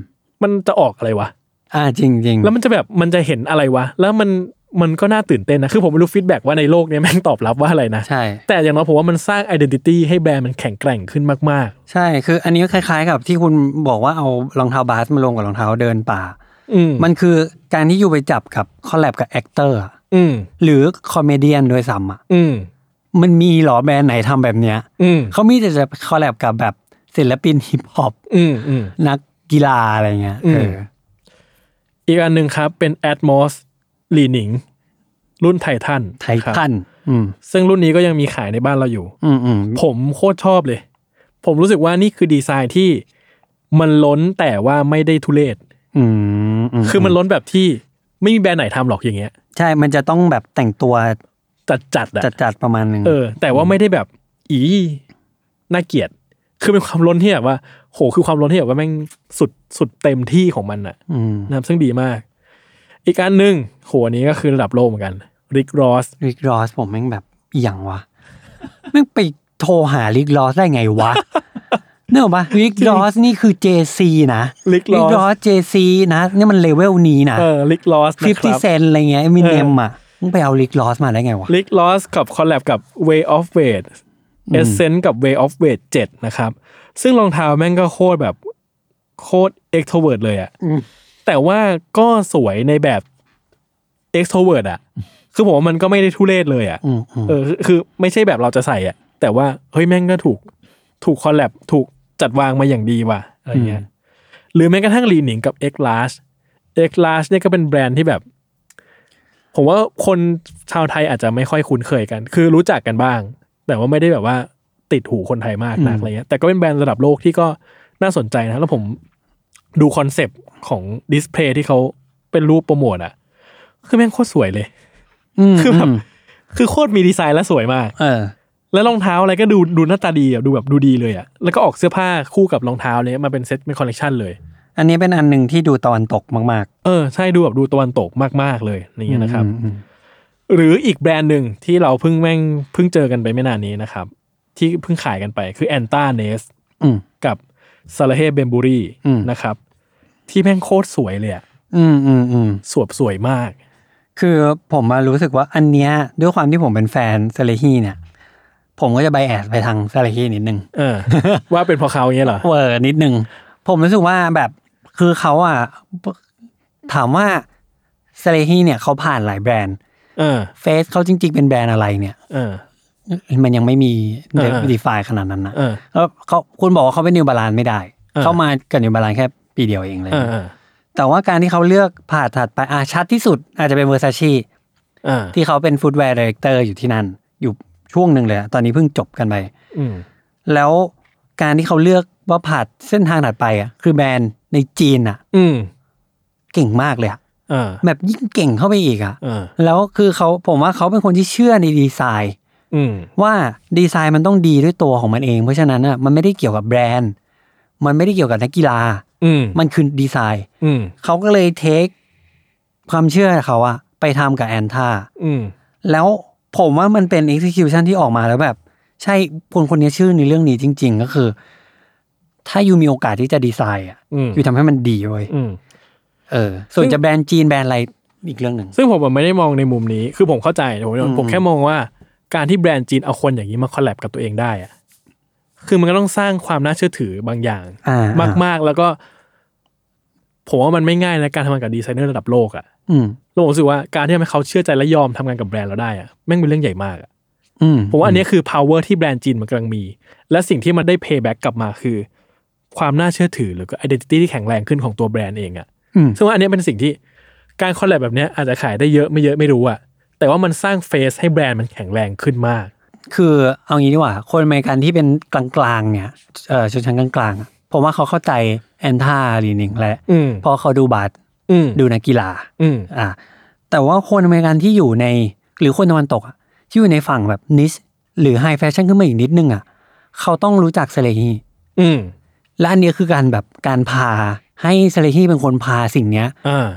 C: มันจะออกอะไรวะ
B: อ่าจริงจริง
C: แล้วมันจะแบบมันจะเห็นอะไรวะ แล้วมันมันก็น่าตื่นเต้นนะ คือผมไม่รู้ฟีดแบ็กว่าในโลกเนี้ยแม่งตอบรับว่าอะไรนะ
B: ใช่
C: แต่อย่างน้อยผมว่ามันสร้างไอดีนิตี้ให้แบรนด์มันแข็งแกร่งขึ้นมาก
B: ใช่ คืออันนี้ก็คล้ายๆกับที่คุณบอกว่าเอารองเท้าบาสมาลงกับรองเท้าเดินป่า
C: ๆ อืม
B: มันคือการที่อยู่ไปจับกับคอลแลบกับแอคเตอร์อะ
C: อืม
B: หรือคอมเมเดี้ด้วยซ้ำอะ
C: อืม
B: มันมีเหรอแบรนด์ไหนทำแบบเนี้ย
C: อืม
B: เขามีแต่จะคอลแลบกับแบบศิลปินฮิปฮอป
C: อืมอืม
B: นักกีฬาอะไรเงี้ย
C: อืม
B: เออ
C: อีกอันหนึ่งครับเป็น Atmos ลีหนิง รุ่นไททัน
B: ไททันอืม
C: ซึ่งรุ่นนี้ก็ยังมีขายในบ้านเราอยู่
B: อืมอืม
C: ผมโคตรชอบเลย ผมรู้สึกว่านี่คือดีไซน์ที่มันล้นแต่ว่าไม่ได้ทุเรศ
B: อืมม
C: คือมันล้นแบบที่ไม่มีแบรนด์ไหนทำหรอกอย่างเงี้ย
B: ใช่มันจะต้องแบบแต่งตัว
C: จัดจัดๆอะ
B: จัดๆประมาณนึง
C: เออ แต่ว่าไม่ได้แบบ อีน่าเกลียด คือเป็นความล้นที่แบบว่า โหคือความล้นที่แบบว่าแม่งสุดสุดเต็มที่ของมันอะ
B: ม
C: นะครับซึ่งดีมาก อีกอันหนึ่งโหอันนี้ก็คือระดับโลกเหมือนกันริกรอส
B: ริกรอสผมแม่งแบบอหย่างวะแม่งไปโทรหาริกรอสได้ไงวะเนกอะปะ ริกรอสนี่คือ JC นะ
C: ริกร
B: ริ
C: อก
B: รอ
C: ส
B: ส JC นะนี่มันเลเวลนี้นะ
C: เออริกรอสนะ
B: ฟิฟ
C: ค
B: ตี้
C: รับ
B: เซนอะไรเงี้ยมินเนม
C: เอออ่
B: อ่ะมึงไปเอาริกรอสมาได้ไงวะ
C: ลิกลอสกับคอลแลบกับ Way of Weight
B: อืม
C: e s c e n t กับ Way of Weight 7 นะครับ ซึ่งรองเท้าแม่งก็โคตรแบบโคตร extrovert เลยอะ
B: อืม
C: แต่ว่าก็สวยในแบบ extrovert อะคือผมว่ามันก็ไม่ได้ทุเรศเลยอะ
B: อืมอืม
C: เออคือคือไม่ใช่แบบเราจะใส่อะแต่ว่า เฮ้ยแม่งก็ถูกถูกคอลแลบถูกจัดวางมาอย่างดีว่ะอะไรเงี้ยหรือแม้กระทั่งลีหนิงกับ X Large X Large เนี่ยก็เป็นแบรนด์ที่แบบ ผมว่าคนชาวไทยอาจจะไม่ค่อยคุ้นเคยกัน คือรู้จักกันบ้าง แต่ว่าไม่ได้แบบว่าติดหูคนไทยมากนัก
B: อืม
C: อะไรเงี้ย แต่ก็เป็นแบรนด์ระดับโลกที่ก็น่าสนใจนะ แล้วผม ดูคอนเซปต์ของดิสเพลย์ที่เขาเป็นรูปโปรโมทอะคือแม่งโคตรสวยเลย
B: ม
C: คือแบบ
B: ม
C: คือโคตรมีดีไซน์และสวยมาก
B: เออ
C: แล้วรองเท้าอะไรก็ดูดูหน้าตาดีอะดูแบบดูดีเลยอะแล้วก็ออกเสื้อผ้าคู่กับรองเท้าเนี่ยมาเป็นเซ็ตเป็นคอลเลกชันเลย
B: อันนี้เป็นอันหนึ่งที่ดูตะวันตกมาก
C: เออใช่ดูแบบดูตะวันตกมากๆเลยอะไร
B: ๆ
C: อย่างเงี้ยนะครับ
B: อืม
C: หรืออีกแบรนด์หนึ่งที่เราเพิ่งแม่งเพิ่งเจอกันไปไม่นานนี้นะครับ ที่เพิ่งขายกันไปคือแอนต้าเนส
B: อืม
C: กับซาลาเฮเบมบูรี
B: อืม
C: นะครับ ที่แม่งโคตรสวยเลยอะ
B: อืมอืมอืม
C: สวยสวยมาก
B: คือผมมารู้สึกว่าอันเนี้ยด้วยความที่ผมเป็นแฟนเซเลฮีเนี่ย ผมก็จะไบแอดไปทางเซเลฮีนิดนึง
C: เอ อ ว่าเป็นเพอเขาอย่างเงี้ยเหรอ
B: เวอร์นิดนึง ผมรู้สึกว่าแบบคือเขาอ่ะถามว่าเซเลฮีเนี่ยเขาผ่านหลายแบรนด์
C: เออ
B: เฟซเขาจริง ๆ เป็นแบรนด์อะไรเนี่ย
C: เออ
B: มันยังไม่มี
C: เออ
B: ดีฟายขนาดนั้นนะ
C: เออ
B: แล้วเขาคุณบอกว่าเขาเป็นนิวบาลานไม่ได้
C: เออ
B: เขามากับนิวบาลานแค่ปีเดียวเองเลย
C: เออเออ
B: แต่ว่าการที่เขาเลือกผ่าถัดไปอาชัดที่สุด อาจจะเป็นเวอร์ซาชี
C: เออ
B: ที่เขาเป็นฟู้ดแวร์ดีเรคเตอร์อยู่ที่นั่น อยู่ช่วงหนึ่งเลยอะตอนนี้เพิ่งจบกันไป
C: อืม
B: แล้วการที่เขาเลือกว่าผ่านเส้นทางถัดไปอ่ะคือแบรนด์ในจีนอ่ะ
C: อืม
B: เก่งมากเลยอ่ะ
C: เออ
B: แบบยิ่งเก่งเข้าไปอีกอ่ะ
C: เออ
B: แล้วคือเขาผมว่าเขาเป็นคนที่เชื่อในดีไซน์
C: อืม
B: ว่าดีไซน์มันต้องดีด้วยตัวของมันเอง เพราะฉะนั้นอ่ะมันไม่ได้เกี่ยวกับแบรนด์ มันไม่ได้เกี่ยวกับนักกีฬา
C: อืม
B: มันคือดีไซน์
C: อืม
B: เขาก็เลยเทคความเชื่อเขาอ่ะไปทำกับแอนท่า
C: อืม
B: แล้วผมว่ามันเป็น execution ที่ออกมาแล้วแบบ ใช่คนคนนี้ชื่อในเรื่องนี้จริง ๆ ก็คือ ถ้าอยู่มีโอกาสที่จะดีไซน์อ่ะ
C: อืม
B: อยู่ทำให้มันดีเว้ย
C: อืม
B: เออ ส่วน
C: ซึ่ง
B: จะแบรนด์จีนแบรนด์อะไรอีกเรื่องหนึ่ง
C: ซึ่งผมอะไม่ได้มองในมุมนี้ คือผมเข้าใจผม
B: อืม
C: ผมแค่มองว่าการที่แบรนด์จีนเอาคนอย่างนี้มาคอลแลบกับตัวเองได้อะคือมันก็ต้องสร้างความน่าเชื่อถือบางอย่าง
B: อ่าม
C: ากๆ แล้วก็ ผมว่ามันไม่ง่ายนะการทำงานกับดีไซเนอร์ระดับโลกอะ
B: อืม
C: แล้วผมรู้สึกว่าการที่ทำให้เขาเชื่อใจและยอมทำงานกับแบรนด์เราได้อะแม่งเป็นเรื่องใหญ่มากอะ
B: อืม
C: ผมว่าอันเนี้ยคือ power ที่แบรนด์จีนมันกำลังมี และสิ่งที่มันได้ payback กลับมาคือ ความน่าเชื่อถือหรือก็ identity ที่แข็งแรงขึ้นของตัวแบรนด์เองอะ
B: อืม
C: ซึ่งว่าอันเนี้ยเป็นสิ่งที่การคอลแลบแบบเนี้ยอาจจะขายได้เยอะไม่เยอะไม่รู้อะแต่ว่ามันสร้างเฟสให้แบรนด์มันแข็งแรงขึ้นมาก
B: คือเอางี้ดีกว่า คนอเมริกันที่เป็นกลางๆเนี่ยเออชนชั้นกลางๆอะผมว่าเขาเข้าใจแอนท่าลีนิงแหละ
C: อืม
B: เพราะเขาดูบาส
C: อืม
B: ดูนักกีฬา
C: อืม
B: อ่าแต่ว่าคนอเมริกันที่อยู่ในหรือคนตะวันตกอะที่อยู่ในฝั่งแบบนิชหรือไฮแฟชั่นขึ้นมาอีกนิดนึงอ่ะเขาต้องรู้จักเซเลฮี
C: อืม
B: และอันเนี้ยคือการแบบการพาให้เซเลฮีเป็นคนพาสิ่งเนี้ย
C: อ่า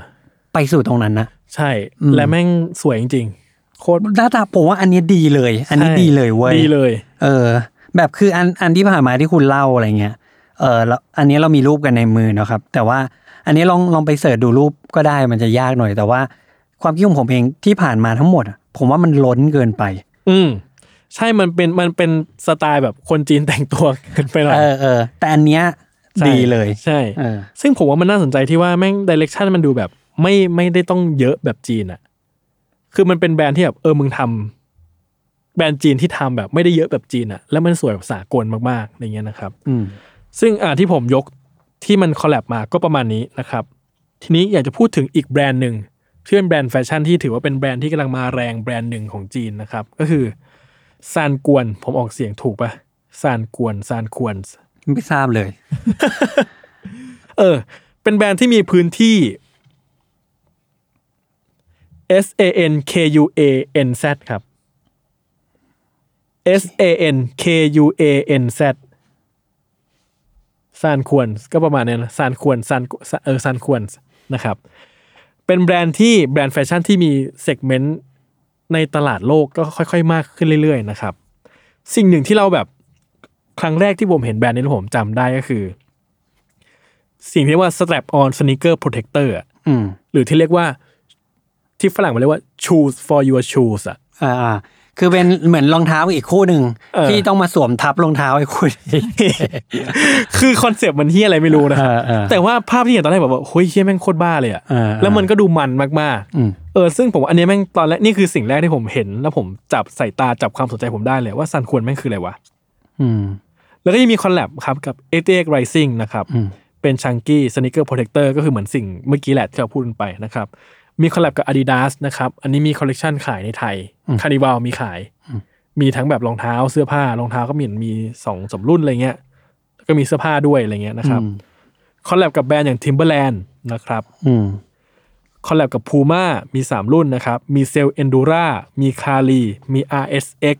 B: ไปสู่ตรงนั้นนะ
C: ใช่
B: อืม
C: และแม่งสวยจริงๆโคตร
B: หน้าตาผมว่าอันเนี้ยดีเลย อันนี้
C: ใช่
B: ดีเลยเว้ย
C: ดีเลย
B: เออ แบบคืออันอันที่ผ่านมาที่คุณเล่าอะไรเงี้ยเออแล้วอันเนี้ยเรามีรูปกันในมือเนอะครับ แต่ว่าอันนี้ลองลองไปเสิร์ชดูรูปก็ได้มันจะยากหน่อย แต่ว่าความคิดของผมเองที่ผ่านมาทั้งหมดอะผมว่ามันล้นเกินไป
C: อืมใช่มันเป็นมันเป็นสไตล์แบบคนจีนแต่งตัวกันไปหน่อย
B: เออเออแต่อันเนี้ย
C: ใช่
B: ดีเลย
C: ใช่
B: เออ
C: ซึ่งผมว่ามันน่าสนใจที่ว่าแม่งดิเรกชันมันดูแบบ ไม่ไม่ได้ต้องเยอะแบบจีนอะคือมันเป็นแบรนด์ที่แบบเออมึงทำแบรนด์จีนที่ทำแบบไม่ได้เยอะแบบจีนอะแล้วมันสวยแบบสากลมากๆอะไรเงี้ยนะครับ
B: อืม
C: ซึ่งอ่าที่ผมยกที่มันคอลแลบมาก็ประมาณนี้นะครับ ทีนี้อยากจะพูดถึงอีกแบรนด์หนึ่งที่เป็นแบรนด์แฟชั่นที่ถือว่าเป็นแบรนด์ที่กำลังมาแรงแบรนด์หนึ่งของจีนนะครับ ก็คือซานกวน ผมออกเสียงถูกปะซานกวนซานควน
B: ไม่ทราบเลย
C: เออ เป็นแบรนด์ที่มีพื้นที่ S A N K U A N Z ครับ S A N K U A N Z ซานควนก็ประมาณเนี้ยนะซานควนซานเออซานควนนะครับ เป็นแบรนด์ที่แบรนด์แฟชั่นที่มีเซกเมนต์ในตลาดโลกก็ค่อยๆ มากขึ้นเรื่อยๆ นะครับ สิ่งหนึ่งที่เราแบบครั้งแรกที่ผมเห็นแบรนด์นี้แล้วผมจำได้ก็คือ สิ่งที่เรียกว่า strap on sneaker protector อะ
B: อืม
C: หรือที่เรียกว่าที่ฝรั่งมันเรียกว่า shoes for your shoes อ่ะ
B: อ่าอ่าคือเป็นเหมือนรองเท้าอีกคู่หนึ่ง
C: เออ
B: ที่ต้องมาสวมทับรองเท้าไอ้คู่นี้
C: คือคอนเซปต์มันเฮี้ยอะไรไม่รู้นะ
B: เออเออ
C: แต่ว่าภาพที่เห็นตอนแรกแบบว่าเฮ้ยเฮี้ยแม่งโคตรบ้าเลยอ่ะ
B: เออเออ
C: แล้วมันก็ดูมันมาก
B: อืม
C: ๆเออซึ่งผมว่าอันเนี้ยแม่งตอนแรกนี่คือสิ่งแรกที่ผมเห็น แล้วผมจับสายตาจับความสนใจผมได้เลยว่าซันควรแม่งคืออะไรวะ
B: อืม
C: แล้วก็ยังมีคอลแลบครับกับ a t x Rising นะครับ
B: อืม
C: เป็นชังกี้สนิเกอร์โปรเทคเตอร์ก็คือเหมือนสิ่งเมื่อกี้แหละที่เราพูดกันไปนะครับ มีคอลแลบกับ Adidas นะครับ อันนี้มีคอลเลกชันขายในไทยคานิวาลมีขาย มีทั้งแบบรองเท้าเสื้อผ้ารองเท้าก็มีมีสองสามรุ่นอะไรเงี้ยแล้วก็มีเสื้อผ้าด้วยอะไรเงี้ยนะครับ คอลแลบกับแบรนด์อย่าง Timberland นะครับ
B: อืม
C: คอลแลบกับ Puma มี 3 รุ่นนะครับ มี Cell Endura มี Kali มี RSX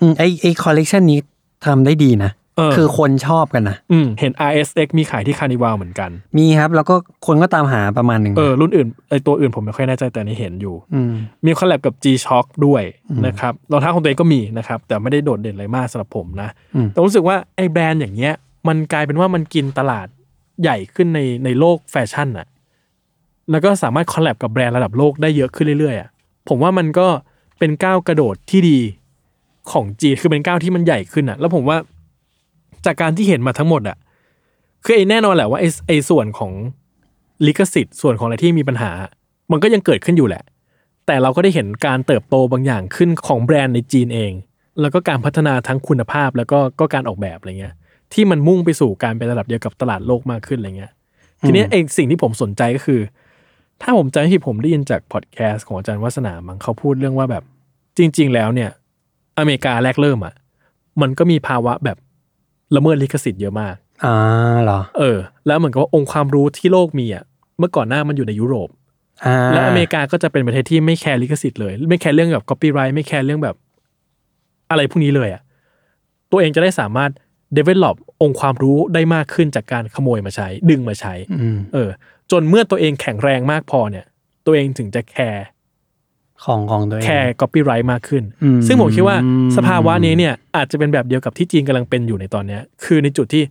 B: อืมไอไอคอลเลกชันนี้ทำได้ดีนะ
C: เออ
B: คือคนชอบกันนะ
C: อืมเห็น RSX มีขายที่คานิวาเหมือนกัน
B: มีครับ แล้วก็คนก็ตามหาประมาณหนึ่ง
C: เออ รุ่นอื่นไอตัวอื่นผมไม่ค่อยแน่ใจแต่อันนี่เห็นอยู่
B: อืม
C: มีคอลแลบกับ G-Shock ด้วยนะครับรองเท้าของตัวเองก็มีนะครับ แต่ไม่ได้โดดเด่นอะไรมากสำหรับผมนะ
B: อืม
C: แต่รู้สึกว่าไอ้แบรนด์อย่างเงี้ย มันกลายเป็นว่ามันกินตลาดใหญ่ขึ้นในในโลกแฟชั่นน่ะ แล้วก็สามารถคอลแลบกับแบรนด์ระดับโลกได้เยอะขึ้นเรื่อยๆอ่ะผมว่ามันก็เป็นก้าวกระโดดที่ดีของจีนคือเป็นก้าวที่มันใหญ่ขึ้นอ่ะ แล้วผมว่าจากการที่เห็นมาทั้งหมดอ่ะคือไอ้แน่นอนแหละว่าไอ้ไอ้ส่วนของลิขสิทธิ์ ส่วนของอะไรที่มีปัญหา มันก็ยังเกิดขึ้นอยู่แหละ แต่เราก็ได้เห็นการเติบโตบางอย่างขึ้นของแบรนด์ในจีนเอง แล้วก็การพัฒนาทั้งคุณภาพแล้วก็ก็การออกแบบอะไรเงี้ย ที่มันมุ่งไปสู่การเป็นระดับเดียวกับตลาดโลกมากขึ้นอะไรเงี้ย ทีเนี้ยไอสิ่งที่ผมสนใจก็คือ ถ้าผมจำไม่ผิดผมได้ยินจากพอดแคสต์ของอาจารย์วัฒนามั้งเขาพูดเรื่องว่าแบบ จริง ๆ แล้วเนี่ย อเมริกาแรกเริ่มอ่ะมันก็มีภาวะแบบละเมิดลิขสิทธิ์เยอะมาก
B: อ่าเหรอ
C: เออ แล้วเหมือนกับว่าองค์ความรู้ที่โลกมีอ่ะเมื่อก่อนหน้ามันอยู่ในยุโรป
B: อ่า
C: แล้วอเมริกาก็จะเป็นประเทศที่ไม่แคร์ลิขสิทธิ์เลย ไม่แคร์เรื่องแบบ copyright ไม่แคร์เรื่องแบบ อะไรพวกนี้เลยอะ่ะตัวเองจะได้สามารถ develop องค์ความรู้ได้มากขึ้นจากการขโมยมาใช้ ดึงมาใช้
B: อืม
C: เออ จนเมื่อตัวเองแข็งแรงมากพอเนี่ย ตัวเองถึงจะแคร์
B: ของของตัวเอง
C: แคร์ copyright มากขึ้น
B: อืม
C: ซึ่งผมคิดว่าสภาวะนี้เนี่ย อาจจะเป็นแบบเดียวกับที่จีนกำลังเป็นอยู่ในตอนเนี้ย คือในจุดที่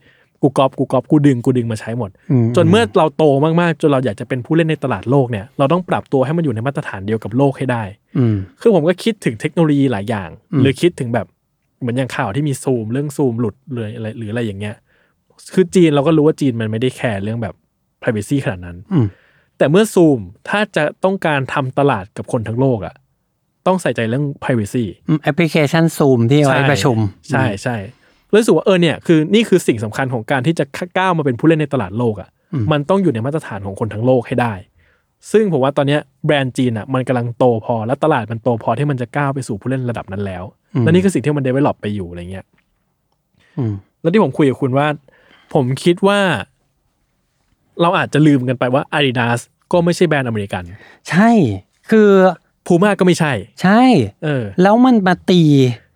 C: กูกอบกูกอบกูดึงกูดึงมาใช้หมด จนเมื่อเราโตมาก ๆ จนเราอยากจะเป็นผู้เล่นในตลาดโลกเนี่ย เราต้องปรับตัวให้มันอยู่ในมาตรฐานเดียวกับโลกให้ได้
B: อืม
C: คือผมก็คิดถึงเทคโนโลยีหลายอย่าง
B: อืม
C: หรือคิดถึงแบบเหมือนอย่างข่าวที่มีซูมเรื่องซูมหลุดเลยอะไรหรืออะไรอย่างเงี้ย คือจีนเราก็รู้ว่าจีนมันไม่ได้แคร์เรื่องแบบ p r i เวซีขนาดนั้น
B: อืม
C: แต่เมื่อซูมถ้าจะต้องการทำตลาดกับคนทั้งโลกอะต้องใส่ใจเรื่อง p r i เวซี
B: อืมแอปพลิเคชันซูมที่เอาไว้ประชุม
C: ใช่ใช่รู้สึกว่าเออเนี่ยคือนี่คือสิ่งสำคัญของการที่จะก้าวมาเป็นผู้เล่นในตลาดโลกอะ่ะมันต้องอยู่ในมาตรฐานของคนทั้งโลกให้ได้ ซึ่งผมว่าตอนเนี้ยแบรนด์จีนอะ่ะมันกำลังโตพอและตลาดมันโตพอที่มันจะก้าวไปสู่ผู้เล่นระดับนั้นแล้วและนี่คือสิ่งที่มันเดเวล็อปไปอยู่อะไรเงี้ย
B: อืม
C: แล้วที่ผมคุยกับคุณว่า ผมคิดว่า เราอาจจะลืมกันไปว่า Adidas ก็ไม่ใช่แบรนด์อเมริกัน
B: ใช่ คือ
C: พูม่าก็ไม่ใช่
B: ใช่
C: เออ
B: แล้วมันมาตี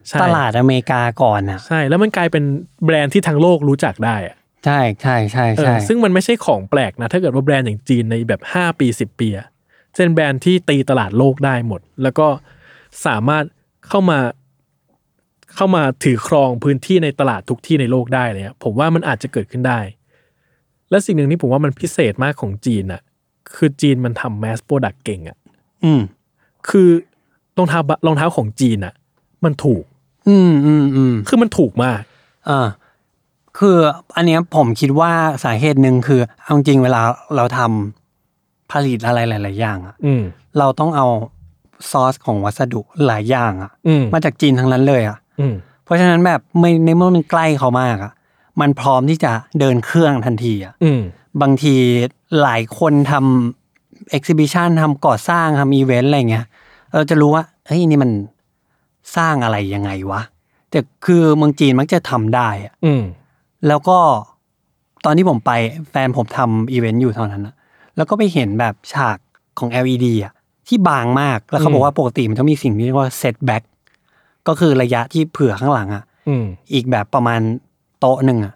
C: ใช่
B: ตลาดอเมริกาก่อนอ่ะ
C: ใช่แล้วมันกลายเป็นแบรนด์ที่ทั้งโลกรู้จักได้อะ
B: ใช่ใช่ใช่
C: เออ
B: ใช่
C: ซึ่งมันไม่ใช่ของแปลกนะ ถ้าเกิดว่าแบรนด์อย่างจีนในแบบ 5 ปี 10 ปีอะจะเป็นแบรนด์ที่ตีตลาดโลกได้หมด แล้วก็สามารถเข้ามาเข้ามาถือครองพื้นที่ในตลาดทุกที่ในโลกได้เลยอะผมว่ามันอาจจะเกิดขึ้นได้ และสิ่งหนึ่งที่ผมว่ามันพิเศษมากของจีนอะคือจีนมันทำแมสโปรดักเก่งอะ
B: อืม
C: คือรองเท้ารองเท้าของจีนอะมันถูก
B: อืมอืมอืม
C: คือมันถูกมาก
B: อ่าคืออันเนี้ยผมคิดว่าสาเหตุหนึ่งคือเอาจริงเวลาเราทำผลิตอะไรหลาย ๆ อย่างอะ
C: อืม
B: เราต้องเอาซอสของวัสดุหลายอย่างอะ
C: อืม
B: มาจากจีนทั้งนั้นเลยอะ
C: อืม
B: เพราะฉะนั้นแบบไม่ในเมื่อมันใกล้เขามากอะมันพร้อมที่จะเดินเครื่องทันทีอะ
C: อืม
B: บางทีหลายคนทำเอ็กซิบิชันทำก่อสร้างทำอีเวนต์อะไรเงี้ยเราจะรู้ว่าเฮ้ยนี่มันสร้างอะไรยังไงวะแต่คือเมืองจีนมักจะทำได้อะ
C: อืม
B: แล้วก็ตอนที่ผมไปแฟนผมทำอีเวนต์อยู่เท่านั้นนะแล้วก็ไปเห็นแบบฉากของ LED อ่ะที่บางมาก แล้วเขาบอกว่าปกติมันต้องมีสิ่งที่เรียกว่าเซตแบ็กก็คือระยะที่เผื่อข้างหลังอ่ะ
C: อืม
B: อีกแบบประมาณโต๊ะหนึ่งอ่ะ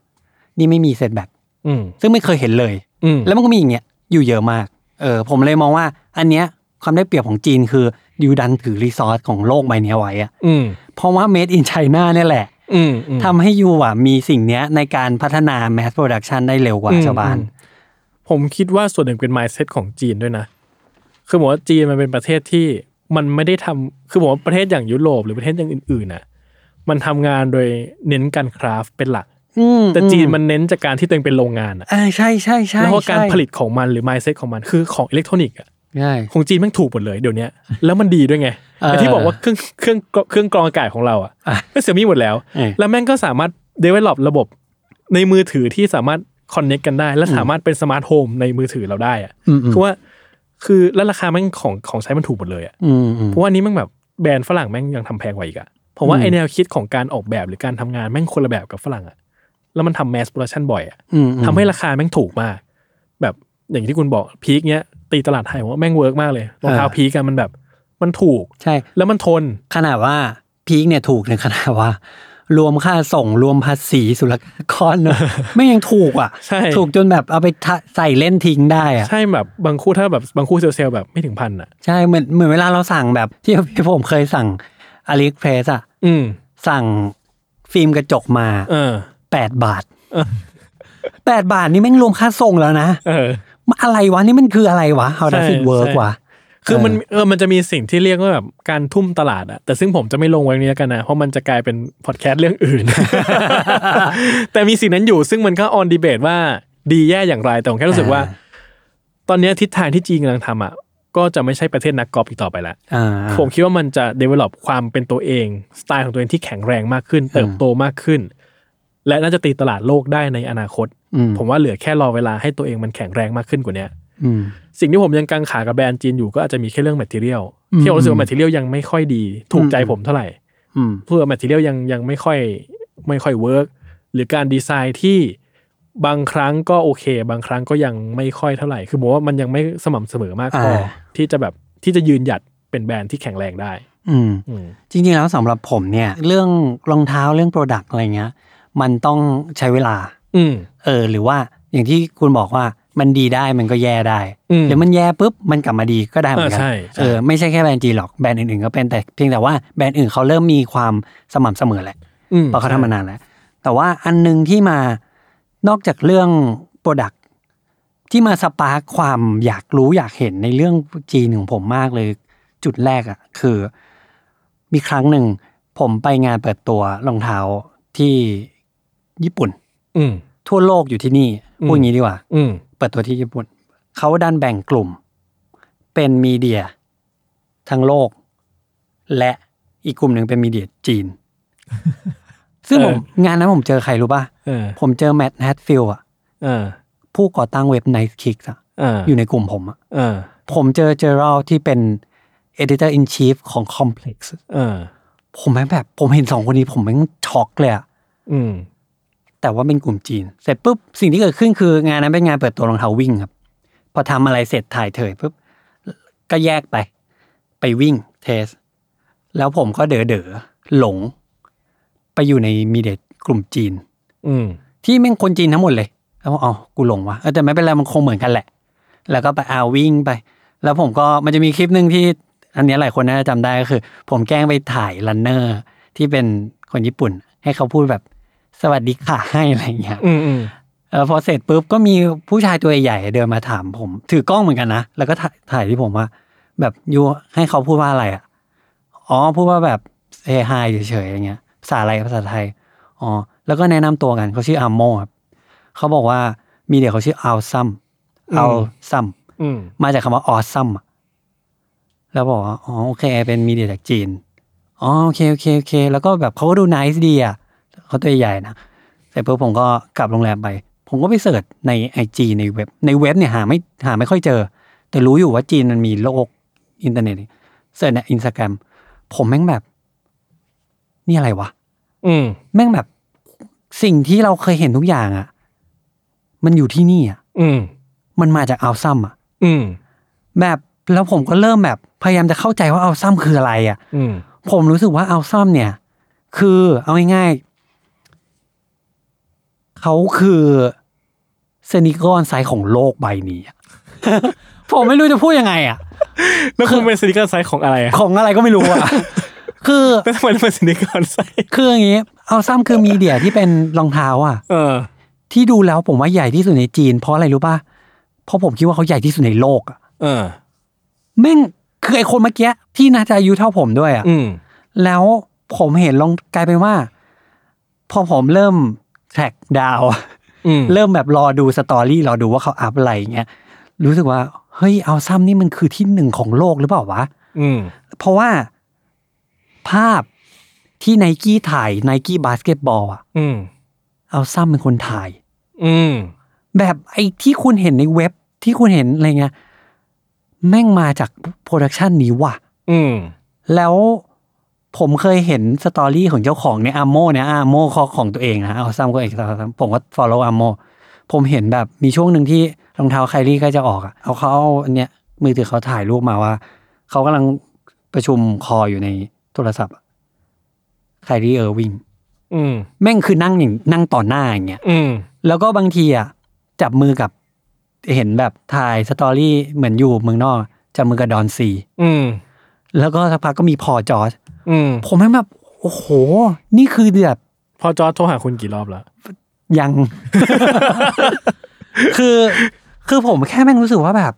B: นี่ไม่มีเซตแบ็ก
C: อืม
B: ซึ่งไม่เคยเห็นเลย
C: อืม
B: แล้วมันก็มีอย่างเงี้ยอยู่เยอะมาก เออผมเลยมองว่า อันเนี้ยความได้เปรียบของจีนคือยูดันถือรีซอสของโลกใบเนี้ยไว้อะ
C: อืม
B: เพราะว่า made in China เนี่ยแหละ
C: อืมอืม
B: ทำให้ยูอ่ะมีสิ่งเนี้ยในการพัฒนาแมสโปรดักชันได้เร็วกว่า
C: อืม
B: ชาวบ้าน
C: อืม ผมคิดว่าส่วนหนึ่งเป็น mindset ของจีนด้วยนะ คือผมว่าจีนมันเป็นประเทศที่มันไม่ได้ทำคือผมว่าประเทศอย่างยุโรปหรือประเทศอย่างอื่นๆน่ะ มันทำงานโดยเน้นการคราฟต์เป็นหลัก
B: อืม
C: แต่จีนมันเน้นจากการที่ตัวเองเป็นโรงงานอะ
B: อ่าใช่ใช่ใช่
C: แล้วก็การ
B: ใช่
C: ผลิตของมันหรือ mindset ของมันคือของอิเล็กทรอนิกส์อะ
B: ใช่
C: ของจีนแม่งถูกหมดเลยเดี๋ยวเนี้ยแล้วมันดีด้วยไง
B: เออ
C: ไอ้ที่บอกว่าเครื่องเครื่องเครื่องกรองอากาศของเราอะ
B: อ่ะ
C: ก็เสียมีหมดแล้ว
B: เออ
C: แล้วแม่งก็สามารถ develop ระบบในมือถือที่สามารถ connect กันได้ และสามารถเป็นสมาร์ทโฮมในมือถือเราได้อะ
B: อืมอืม
C: คือว่าคือแล้วราคาแม่งของของใช้มันถูกหมดเลยอะ
B: อืมอืม
C: เพราะว่าอันนี้แม่งแบบแบรนด์ฝรั่งแม่งยังทำแพงกว่าอีกอะผมว่า
B: อืม
C: ไอแนวคิดของการออกแบบหรือการทำงานแม่งคนละแบบกับฝรั่งอะ แล้วมันทำแมสโปรดักชันบ่อยอะ
B: อืมอืม
C: ทำให้ราคาแม่งถูกมาก แบบอย่างที่คุณบอกพีคเนี้ย ตีตลาดไทยผมว่าแม่งเวิร์กมากเลยรองเท้าพีคอะมันแบบ มันถูก
B: ใช่
C: แล้วมันทน
B: ขนาดว่าพีคเนี่ยถูกถึงขนาดว่า รวมค่าส่งรวมภาษีศุลกากร เนอะ ไม่ยังถูกอ่ะ
C: ใช่
B: ถูกจนแบบเอาไปทะใส่เล่นทิ้งได้อ่ะ
C: ใช่แบบบางคู่ถ้าแบบบางคู่เซลล์แบบไม่ถึงพันอ่ะ
B: ใช่เหมือนเหมือนเวลาเราสั่งแบบ ที่พี่ผมเคยสั่งอ l ิ e เพรสอ่ะ
C: อืม
B: สั่งฟิล์มกระจกมา
C: เออ
B: แปดบาท
C: เออ
B: แปดบาทนี่แม่งรวมค่าส่งแล้วนะ
C: เออ
B: มันอะไรวะนี่มันคืออะไรวะ How does
C: ใช่
B: it work
C: ใช่
B: วะ
C: คือมันเออมันจะมีสิ่งที่เรียกว่าแบบการทุ่มตลาดอะแต่ซึ่งผมจะไม่ลงไว้ในนี้แล้วกันนะ เพราะมันจะกลายเป็นพอดแคสต์เรื่องอื่น แต่มีสิ่งนั้นอยู่ซึ่งมันก็ออนดีเบตว่าดีแย่อย่างไร แต่ผมแค่รู้สึกว่า
B: อ่า
C: ตอนเนี้ยทิศทางที่จีนกำลังทำอะก็จะไม่ใช่ประเทศนักกอล์ฟอีกต่อไปละ
B: อ่า
C: ผมคิดว่ามันจะ develop ความเป็นตัวเอง สไตล์ของตัวเองที่แข็งแรงมากขึ้น เติบโตมากขึ้น และน่าจะตีตลาดโลกได้ในอนาคต
B: อืม
C: ผมว่าเหลือแค่รอเวลาให้ตัวเองมันแข็งแรงมากขึ้นกว่าเนี้ย
B: อืม
C: สิ่งที่ผมยังกังขากับแบรนด์จีนอยู่ก็อาจจะมีแค่เรื่องแมทเทียล
B: อืม
C: ที่ผมรู้สึกว่าแมทเทียลยังไม่ค่อยดี ถูกใจ
B: อืม
C: ผมเท่าไหร่
B: อืม
C: เพื่อแมทเทียลยังยังไม่ค่อยไม่ค่อยเวิร์กหรือการดีไซน์ที่บางครั้งก็โอเค บางครั้งก็ยังไม่ค่อยเท่าไหร่ คือผมว่ามันยังไม่สม่ำเสมอมากพอ
B: อ่า
C: ที่จะแบบที่จะยืนหยัดเป็นแบรนด์ที่แข็งแรงได้
B: อืม
C: อืม
B: จริงๆแล้วสำหรับผมเนี่ย เรื่องรองเท้าเรื่องโปรดักต์อะไรเงี้ย มันต้องใช้เวลา
C: อืม
B: เออ หรือว่าอย่างที่คุณบอกว่ามันดีได้มันก็แย่ได้
C: อืม
B: หรือมันแย่ปุ๊บมันกลับมาดีก็ได้เหมือนกั
C: อ่าใช่ใช่
B: เออไม่ใช่แค่แบรนด์จีนหรอกแบรนด์อื่นๆก็เป็นแต่เพียงแต่ว่าแบรนด์อื่นเขาเริ่มมีความสม่ำเสมอแหละ
C: อืม
B: เพราะเขาทำมานานแล้ว แต่ว่าอันหนึงที่มานอกจากเรื่องโปรดักที่มาสปาร์คความอยากรู้อยากเห็นในเรื่องจีนของผมมากเลย จุดแรกอะคือ มีครั้งหนึ่งผมไปงานเปิดตัวรองเท้าที่ญี่ปุ่น
C: อืม
B: ทั่วโลกอยู่ที่นี่
C: อืม
B: พูดอย่างนี้ดีกว่า
C: อืม
B: เปิดตัวที่ญี่ปุ่น เขาดันแบ่งกลุ่ม เป็นมีเดีย ทั้งโลก และอีกกลุ่มหนึ่งเป็นมีเดียจี น ซึ่งผมงานนั้นผมเจอใครรู้ป่ะ
C: เออ
B: ผมเจอแมทแฮตฟิลด์อะ
C: เออ
B: ผู้ก่อตั้งเว็บไนท์คิกอะ
C: เออ
B: อยู่ในกลุ่มผมอะ
C: เออ
B: ผมเจอเจอรัลที่เป็น Editor in Chief ของ Complex
C: เออ
B: ผมแม่งแบบ ผมเห็นสองคนนี้ผมแม่งช็อกเลยอะ
C: อืม
B: แต่ว่าเป็นกลุ่มจีน เสร็จปุ๊บ สิ่งที่เกิดขึ้นคืองานนั้นเป็นงานเปิดตัวรองเท้าวิ่งครับ พอทำอะไรเสร็จถ่ายเถยปุ๊บ ก็แยกไป ไปวิ่งเทส แล้วผมก็เด๋อเด๋อๆหลง ไปอยู่ในมีเดียกลุ่มจีน
C: อืม
B: ที่แม่งคนจีนทั้งหมดเลยแล้วอ๋อากูหลงวะเออแต่ไม่เป็นไรมันคงเหมือนกันแหละ แล้วก็ไปอาวิ่งไป แล้วผมก็มันจะมีคลิปหนึ่งที่ อันเนี้ยหลายคนน่าจะจำได้ก็คือ ผมแกล้งไปถ่ายรันเนอร์ที่เป็นคนญี่ปุ่น ให้เขาพูดแบบสวัสดีค่ะให้อะไรอย่างเงี้ย
C: อืมอืม
B: เออพอเสร็จปุ๊บก็มีผู้ชายตัวใหญ่ๆเดินมาถามผม ถือกล้องเหมือนกันนะ แล้วก็ถ่ายถ่ายที่ผมว่า แบบยูให้เขาพูดว่าอะไรอ่ะอ๋อพูดว่าแบบเฮฮายเฉยๆอย่างเงี้ยภาษาอะไรภาษาไทยอ๋อแล้วก็แนะนำตัวกันเขาชื่ออัมโมครับเขาบอกว่ามีเดียเขาชื่ออัลซัมอัลซัม
C: อืม
B: มาจากคำว่าออซัมแล้วบอกว่า อ๋อ โอเค เป็นมีเดียจากจีน อ๋อ โอเค โอเค โอเค แล้วก็แบบเขาก็ดู n น c e ดีอ่ะเขาตัวใหญ่ๆนะเสร็จปุ๊บผมก็กลับโรงแรมไป ผมก็ไปเสิร์ชในไอจีในเว็บ ในเว็บเนี่ยหาไม่หาไม่ค่อยเจอ แต่รู้อยู่ว่าจีนมันมีโลกอินเทอร์เน็ตเสิร์ชในอินสตาแกรมผมแม่งแบบ นี่อะไรวะ
C: อืม
B: แม่งแบบสิ่งที่เราเคยเห็นทุกอย่างอ่ะ มันอยู่ที่นี่อ่ะ
C: อืม
B: มันมาจากอัลซัมอ่ะ
C: อืม
B: แบบแล้วผมก็เริ่มแบบพยายามจะเข้าใจว่าอัลซัมคืออะไรอะ่ะ
C: อืม
B: ผมรู้สึกว่าอัลซัมเนี่ย คือเอาง่ายๆเขาคือเซนิกอนไซด์ของโลกใบนี้อะ ผมไม่รู้จะพูดยังไงอะ่ะ
C: แล้วคุณเป็นสนิเกอร์ไซส์ของอะไรอะ
B: ของอะไรก็ไม่รู้อะ่ะ คือ
C: แล้วทำไมต้องเป็นสนิเกอร์ไซส์
B: คืออย่างนี้อัลซัมคือมีเดียที่เป็นรองเท้าอ่ะ
C: เออ
B: ที่ดูแล้วผมว่าใหญ่ที่สุดในจีน เพราะอะไรรู้ป่ะเพราะผมคิดว่าเขาใหญ่ที่สุดในโลกอะ
C: เออ
B: แม่งคือไอคนเมื่อกี้ที่น่าจะอายุเท่าผมด้วยอ่ะ
C: อืม
B: แล้วผมเห็นลองกลายเป็นว่า พอผมเริ่มแท็กดาว
C: อืม
B: เริ่มแบบรอดูสตอรี่รอดูว่าเขาอัพอะไรอย่างเงี้ยรู้สึกว่า เฮ้ยเอาซ้ำนี่มันคือที่หนึ่งของโลกหรือเปล่าวะ
C: อืม
B: เพราะว่าภาพที่ไนกี้ถ่ายไนกี้บาสเกตบอลอะ
C: อืม
B: เอาซ้ำเป็นคนถ่าย
C: อืม
B: แบบไอ้ที่คุณเห็นในเว็บที่คุณเห็นอะไรเงี้ยแม่งมาจากโปรดักชันนี้ว่ะ
C: อืม
B: แล้ว ผมเคยเห็นสตอรี่ของเจ้าของในอาโมเนี่ยอาโมของตัวเองนะเอาซ้ำก็เอกซ้ำผมก็ follow อาโมผมเห็นแบบมีช่วงหนึ่งที่รองเท้าไคลี่ก็จะออกอะเอาเขาเอาเนี่ยมือถือเขาถ่ายรูปมาว่าเขากำลังประชุมคออยู่ในโทรศัพท์อะไคลี่เออร์วิง
C: อืม
B: แม่งคือนั่งอย่างนั่งต่อหน้าอย่างเงี้ย
C: อืม
B: แล้วก็บางทีอ่ะจับมือกับเห็นแบบถ่ายสตอรี่เหมือนอยู่เมืองนอกจับมือกับดอนซี
C: อืม
B: แล้วก็สักพักก็มีพอจอร์จ
C: อืม
B: ผมแม่งแบบโอ้โห นี่คือแบบ
C: พอจอร์จโทรหาคุณกี่รอบแล้ว
B: ยัง คือคือผมแค่แม่งรู้สึกว่าแบบ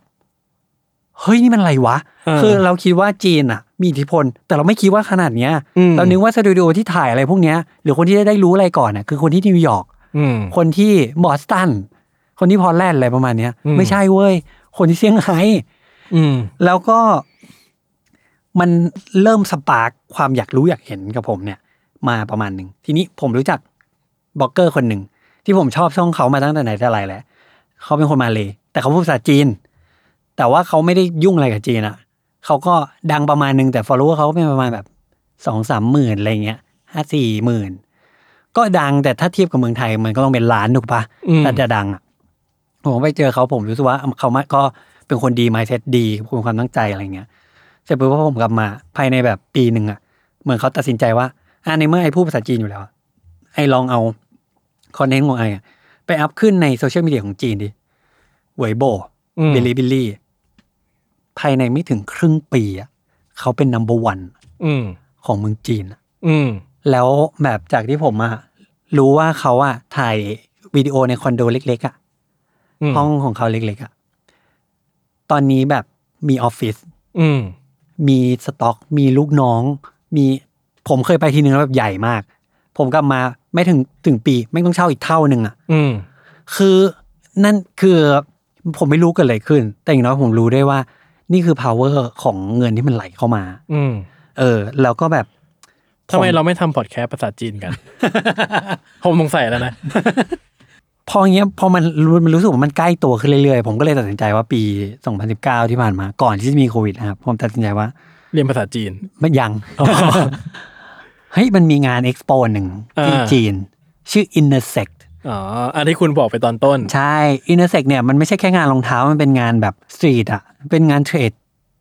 B: เฮ้ย นี่มันอะไรวะ
C: เออ
B: คือเราคิดว่าจีนอ่ะ มีอิทธิพล แต่เราไม่คิดว่าขนาดเนี้ย
C: อืม
B: เรานึกว่าสตูดิโอที่ถ่ายอะไรพวกเนี้ย หรือคนที่ได้รู้อะไรก่อนน่ะคือคนที่นิวยอร์ก
C: อืม
B: คนที่บอสตัน คนที่พอร์ตแลนด์อะไรประมาณเนี้ย
C: อืม
B: ไม่ใช่เว้ย คนที่เซี่ยงไฮ้
C: อืม
B: แล้วก็มันเริ่มสปาร์กความอยากรู้อยากเห็นกับผมเนี่ย มาประมาณหนึ่ง ทีนี้ผมรู้จักบล็อกเกอร์คนหนึ่ง ที่ผมชอบช่องเขามาตั้งแต่ไหนแต่ไรแล้ว เขาเป็นคนมาเลยแต่เขาพูดภาษาจีน แต่ว่าเขาไม่ได้ยุ่งอะไรกับจีนอะเขาก็ดังประมาณหนึ่งแต่ follower เขาก็เป็นประมาณแบบสองสามหมื่นอะไรเงี้ยห้าสี่หมื่นก็ดังแต่ถ้าเทียบกับเมืองไทยมันก็ต้องเป็นล้านถูกปะ
C: อืม
B: ถ้าจะดังอะผมไปเจอเขาผมรู้สึกว่าเขามาก็เป็นคนดี mindset ดีมีความตั้งใจอะไรเงี้ยเสร็จปุ๊บพอผมกลับมาภายในแบบปีหนึ่งอะเหมือนเขาตัดสินใจว่าอ่าในเมื่อไอ้พูดภาษาจีนอยู่แล้วอะไอ้ลองเอาคอนเทนต์ของไอ้อะไปอัพขึ้นในโซเชียลมีเดียของจีนดิเวยโบ
C: อืม
B: บิลลี่บิลลี่ ภายในไม่ถึงครึ่งปีอะเขาเป็นนัมเบอร์วัน
C: อืม
B: ของเมืองจีนอะ
C: อืม
B: แล้วแบบจากที่ผมอะรู้ว่าเขาอะถ่ายวิดีโอในคอนโดเล็ก ๆอะ
C: อืม
B: ห้องของเขาเล็ก ๆอะตอนนี้แบบมีออฟฟิศ
C: อืม
B: มีสต็อก มีลูกน้อง มีผมเคยไปทีนึงแล้วแบบใหญ่มาก ผมกลับมาไม่ถึงถึงปีไม่งต้องเช่าอีกเท่าหนึ่งอะ
C: อืม
B: คือนั่นคือผมไม่รู้เกิดอะไรขึ้น แต่อย่างน้อยผมรู้ได้ว่า นี่คือ power ของเงินที่มันไหลเข้ามา
C: อืม
B: เออ แล้วก็แบบ
C: ทำไมเราไม่ทำพอดแคสต์ภาษาจีนกัน ผมสงสัยแล้วนะ
B: พออย่างเงี้ยพอมันมันรู้สึกว่ามันใกล้ตัวขึ้นเรื่อยๆ ผมก็เลยตัดสินใจว่าปี 2019 ที่ผ่านมา ก่อนที่จะมีโควิดนะครับ ผมตัดสินใจว่า
C: เรียนภาษาจีน
B: ไม่ยัง เฮ้ย มันมีงานเอ็กซ์โปหนึ่งที่
C: อ่า
B: จีน ชื่อ Intersect
C: อ๋อ อันที่คุณบอกไปตอนต้น
B: ใช่ Intersect เนี่ยมันไม่ใช่แค่งานรองเท้า มันเป็นงานแบบสตรีทอะเป็นงานเทรด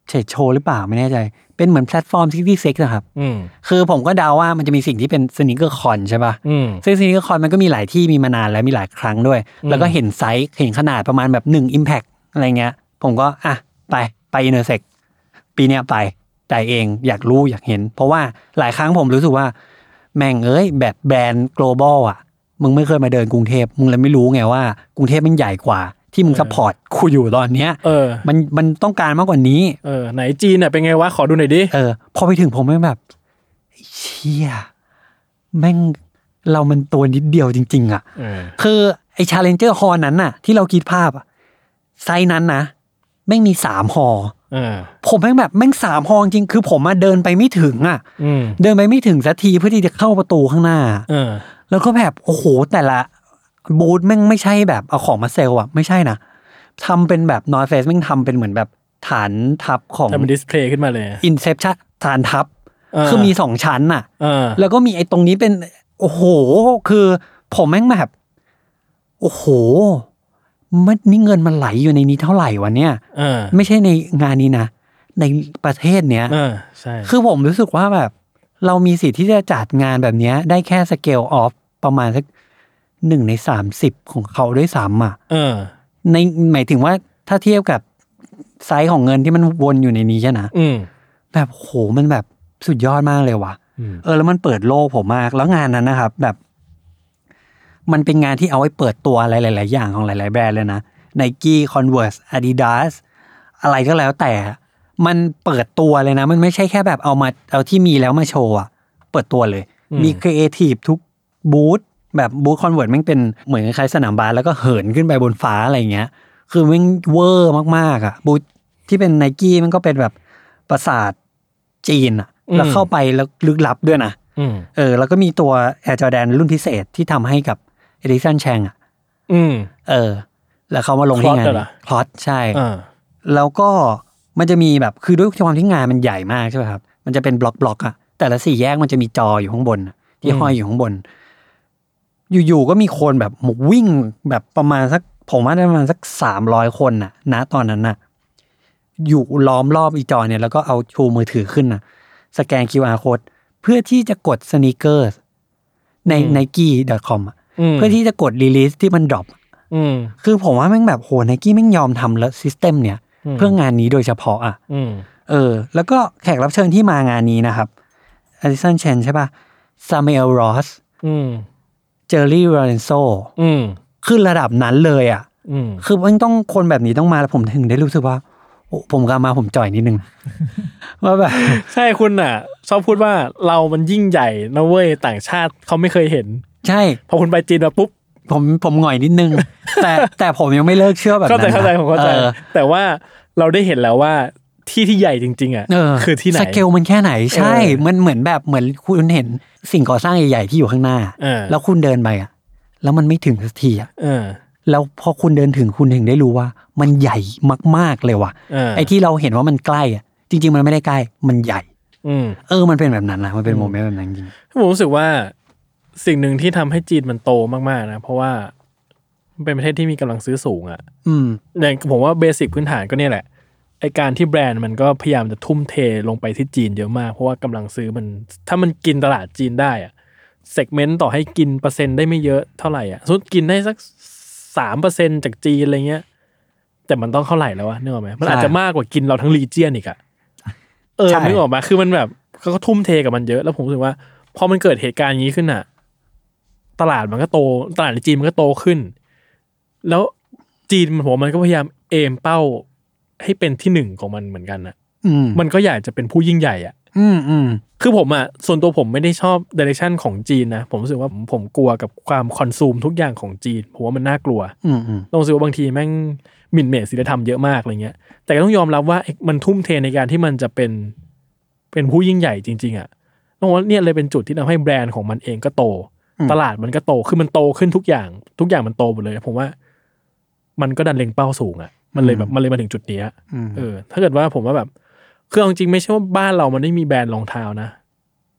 B: เทรดโชว์หรือเปล่าไม่แน่ใจ เป็นเหมือนแพลตฟอร์มซิตี้เซ็กนะครับ
C: อืม
B: คือผมก็เดาว่ามันจะมีสิ่งที่เป็นสนิเกอร์คอนใช่ปะ
C: อืม
B: ซึ่งสนิเกอร์คอนมันก็มีหลายที่มีมานานแล้วมีหลายครั้งด้วย แล้วก็เห็นไซส์เห็นขนาดประมาณแบบ1 Impact อะไรเงี้ย ผมก็อ่ะไปไป Intersect ปีเนี้ยไปใจเองอยากรู้อยากเห็น เพราะว่าหลายครั้งผมรู้สึกว่า แม่งเอ้ยแบบแบรนด์ global อ่ะ มึงไม่เคยมาเดินกรุงเทพมึงเลยไม่รู้ไงว่ากรุงเทพมันใหญ่กว่า ที่มึงสปอร์ตคูอยู่ตอนเนี้ย
C: เออ
B: มันมันต้องการมากกว่านี้
C: เออ ไหนจีนเน่ะเป็นไงวะ ขอดูหน่อยดิ
B: เออพอไปถึงผมแม่งแบบไอ้เชี่ยแม่งเรามันตัวนิดเดียวจริง ๆ อ่ะ
C: เออ
B: คือไอ้ชาเลนเจอร์ฮอนั้นน่ะ ที่เราคิดภาพอะไซส์นั้นนะแม่งมีสามฮอ
C: เออ
B: ผมแม่งแบบแม่งสามฮอจริง คือผมมาเดินไปไม่ถึงอ่ะ
C: อืม
B: เดินไปไม่ถึงสักทีเพื่อที่จะเข้าประตูข้างหน้า
C: เออ
B: แล้วก็แบบโอ้โหแต่ละบูธแม่งไม่ใช่แบบเอาของมาเซลล์อ่ะไม่ใช่นะทำเป็นแบบนอร์เฟสแม่งทำเป็นเหมือนแบบฐานทับของ
C: แต่มันดิสเพลย์ขึ้นมาเลยอะ
B: อินเซปชั่นฐานทับ
C: เ
B: คือมีสองชั้นน่ะ
C: เออ
B: แล้วก็มีไอ้ตรงนี้เป็น โอ้โห คือผมแม่งแบบ โอ้โห มันนี่เงินมันไหลอยู่ในนี้เท่าไหร่วะเนี่ย
C: เออ
B: ไม่ใช่ในงานนี้นะ ในประเทศเนี้ย
C: เออ ใช่
B: คือผมรู้สึกว่าแบบ เรามีสิทธิ์ที่จะจัดงานแบบเนี้ย ได้แค่สเกลออฟประมาณสักหนึ่งในสามสิบของเขาด้วยซ้ำอ่ะ
C: เออ
B: ในหมายถึงว่าถ้าเทียบกับไซส์ของเงินที่มันวนอยู่ในนี้ใช่นะ
C: อืม
B: แบบโหมันแบบสุดยอดมากเลยว่ะ
C: อืม
B: เออแล้วมันเปิดโลกผมมาก แล้วงานนั้นนะครับ แบบ มันเป็นงานที่เอาไว้เปิดตัวอะไรหลาย ๆ อย่างของหลาย ๆ แบรนด์เลยนะ n i กี้ Converse Adidas อะไรก็แล้วแต่ มันเปิดตัวเลยนะ มันไม่ใช่แค่แบบเอามาเอาที่มีแล้วมาโชว์อะเปิดตัวเลย
C: อืม
B: มีครีเอทีฟทุกบูธแบบบูธคอนเวิร์ตมันเป็นเหมือนคล้ายๆสนามบาสแล้วก็เหินขึ้นไปบนฟ้าอะไรอย่างเงี้ย คือมันเวอร์มากๆอ่ะบูธที่เป็นไนกี้มันก็เป็นแบบปราสาทจีนอ่ะ
C: อืม
B: แล้วเข้าไปแล้วลึกลับด้วยนะ
C: อืม
B: เออ แล้วก็มีตัวแอร์จอแดนรุ่นพิเศษที่ทำให้กับเอริสันแชงอ่ะ
C: อืม
B: เออ แล้วเขามาลงที่งาน
C: Cloth เหรอ
B: คลอตใช่
C: เออ
B: แล้วก็มันจะมีแบบคือด้วยความที่งานมันใหญ่มากใช่ไหมครับ มันจะเป็นบล็อกบล็อกๆอะ แต่ละสี่แยกมันจะมีจออยู่ข้างบนน่ะที่ห้อยอยู่ข้างบน อยู่ๆก็มีคนแบบวิ่งแบบประมาณสักผมว่าได้ประมาณสักสามร้อยคนน่ะณตอนนั้นน่ะ อยู่ล้อมรอบอีจอเนี่ยแล้วก็เอาชูมือถือขึ้นน่ะ สแกน QR code เพื่อที่จะกดสน e เกอร์ใน
C: อืม
B: nike.com อะ
C: ม
B: เพื่อที่จะกดรีลิสที่มันดรอป
C: อืม
B: คือผมว่าแม่งแบบโหไนกี้แม่งยอมทำแล้วซิสเต็มเนี่ย เพื่องานนี้โดยเฉพาะอ่ะ
C: อืม
B: เออ แล้วก็แขกรับเชิญที่มางานนี้นะครับอลิสันเชนใช่ปะซามูเอลรอส
C: อืม
B: เจอร์รี่โรเลนโซ
C: อืม
B: ขึ้นระดับนั้นเลยอ่ะ
C: อืม
B: คือมันต้องคนแบบนี้ต้องมาแล้วผมถึงได้รู้สึกว่าโอ้ผมกลับมาผมจ่อยนิดนึ ง ว่าแบบ
C: ใช่คุณน่ะ ชอบพูดว่าเรามันยิ่งใหญ่นะเว้ยต่างชาติเขาไม่เคยเห็น
B: ใช่
C: พอคุณไปจีนมาปุ๊บ
B: ผมผมหงอยนิดนึง แต่แต่ผมยังไม่เลิกเชื่อแบบนั้
C: เข้า
B: นะ
C: น ใจเข้าใจผมเข้าใจ
B: ออ
C: แต่ว่าเราได้เห็นแล้วว่าที่ที่ใหญ่จริง ๆ อ่ะ
B: เออ
C: คือที่ไหน
B: สเกลมันแค่ไหน ใช่
C: เออ
B: มันเหมือนแบบเหมือนคุณเห็นสิ่งก่อสร้างใหญ่ๆที่อยู่ข้างหน้า
C: เออ
B: แล้วคุณเดินไปอ่ะ แล้วมันไม่ถึงสักทีอ่ะ
C: เออ
B: แล้วพอคุณเดินถึงคุณถึงได้รู้ว่า มันใหญ่มากๆเลยว่ะ
C: เออ
B: ไอ้ที่เราเห็นว่ามันใกล้อ่ะ จริง ๆ มันไม่ได้ใกล้ มันใหญ่
C: อืม
B: เออ มันเป็นแบบนั้นนะมันเป็นโมเมนต์แบบนั้นจริง
C: ผมรู้สึกว่าสิ่งหนึ่งที่ทำให้จีนมันโตมาก ๆ นะ เพราะว่ามันเป็นประเทศที่มีกำลังซื้อสูงอ่ะ
B: อืม
C: อย่างผมว่าเบสิกพื้นฐานก็เนี่ยแหละไอการที่แบรนด์มันก็พยายามจะทุ่มเทลงไปที่จีนเยอะมาก เพราะว่ากำลังซื้อมัน ถ้ามันกินตลาดจีนได้อ่ะเซกเมนต์ต่อให้กินเปอร์เซ็นต์ได้ไม่เยอะเท่าไหร่อ่ะสมมติกินได้สักสามเปอร์เซ็นจากจีนอะไรเงี้ย แต่มันต้องเท่าไหร่แล้ววะนึกออกไหมมันอาจจะมากกว่ากินเราทั้งรีเจียนอีกอะเออ
B: ใช่
C: นึกออกมาคือมันแบบเขาก็ทุ่มเทกับมันเยอะแล้วผมรู้สึกว่า พอมันเกิดเหตุการณ์อย่างนี้ขึ้นอ่ะ ตลาดมันก็โต ตลาดในจีนมันก็โตขึ้น แล้วจีนผมว่ามันก็พยายามเอมเป้าให้เป็นที่หนึ่งของมันเหมือนกันนะ
B: อืม
C: มันก็อยากจะเป็นผู้ยิ่งใหญ่อ่ะ
B: อืมอืม
C: คือผมอ่ะส่วนตัวผมไม่ได้ชอบเดเรคชั่นของจีนนะผมรู้สึกว่าผมผมกลัวกับความคอนซูมทุกอย่างของจีนผมว่ามันน่ากลัว
B: อืมอืม
C: ลงสื่อว่าบางทีแม่งหมิ่นเหมศีลธรรมเยอะมากอะไรเงี้ย แต่ก็ต้องยอมรับว่าไอ้มันทุ่มเทในการที่มันจะเป็นเป็นผู้ยิ่งใหญ่จริง ๆอะ่ะต้องบอกว่าเนี่ยเลยเป็นจุดที่ทำให้แบรนด์ของมันเองก็โต ตลาดมันก็โตคือมันโตขึ้นทุกอย่าง ทุกอย่างมันโตหมดเลย ผมว่า มันก็ดันเล็งเป้าสูงอะ่ะ มันเลยแบบมันเลยมาถึงจุดเนี้ย
B: อืม
C: เออ ถ้าเกิดว่าผมว่าแบบคือเอาจริงๆไม่ใช่ว่าบ้านเรามันไม่มีแบรนด์รองเท้านะ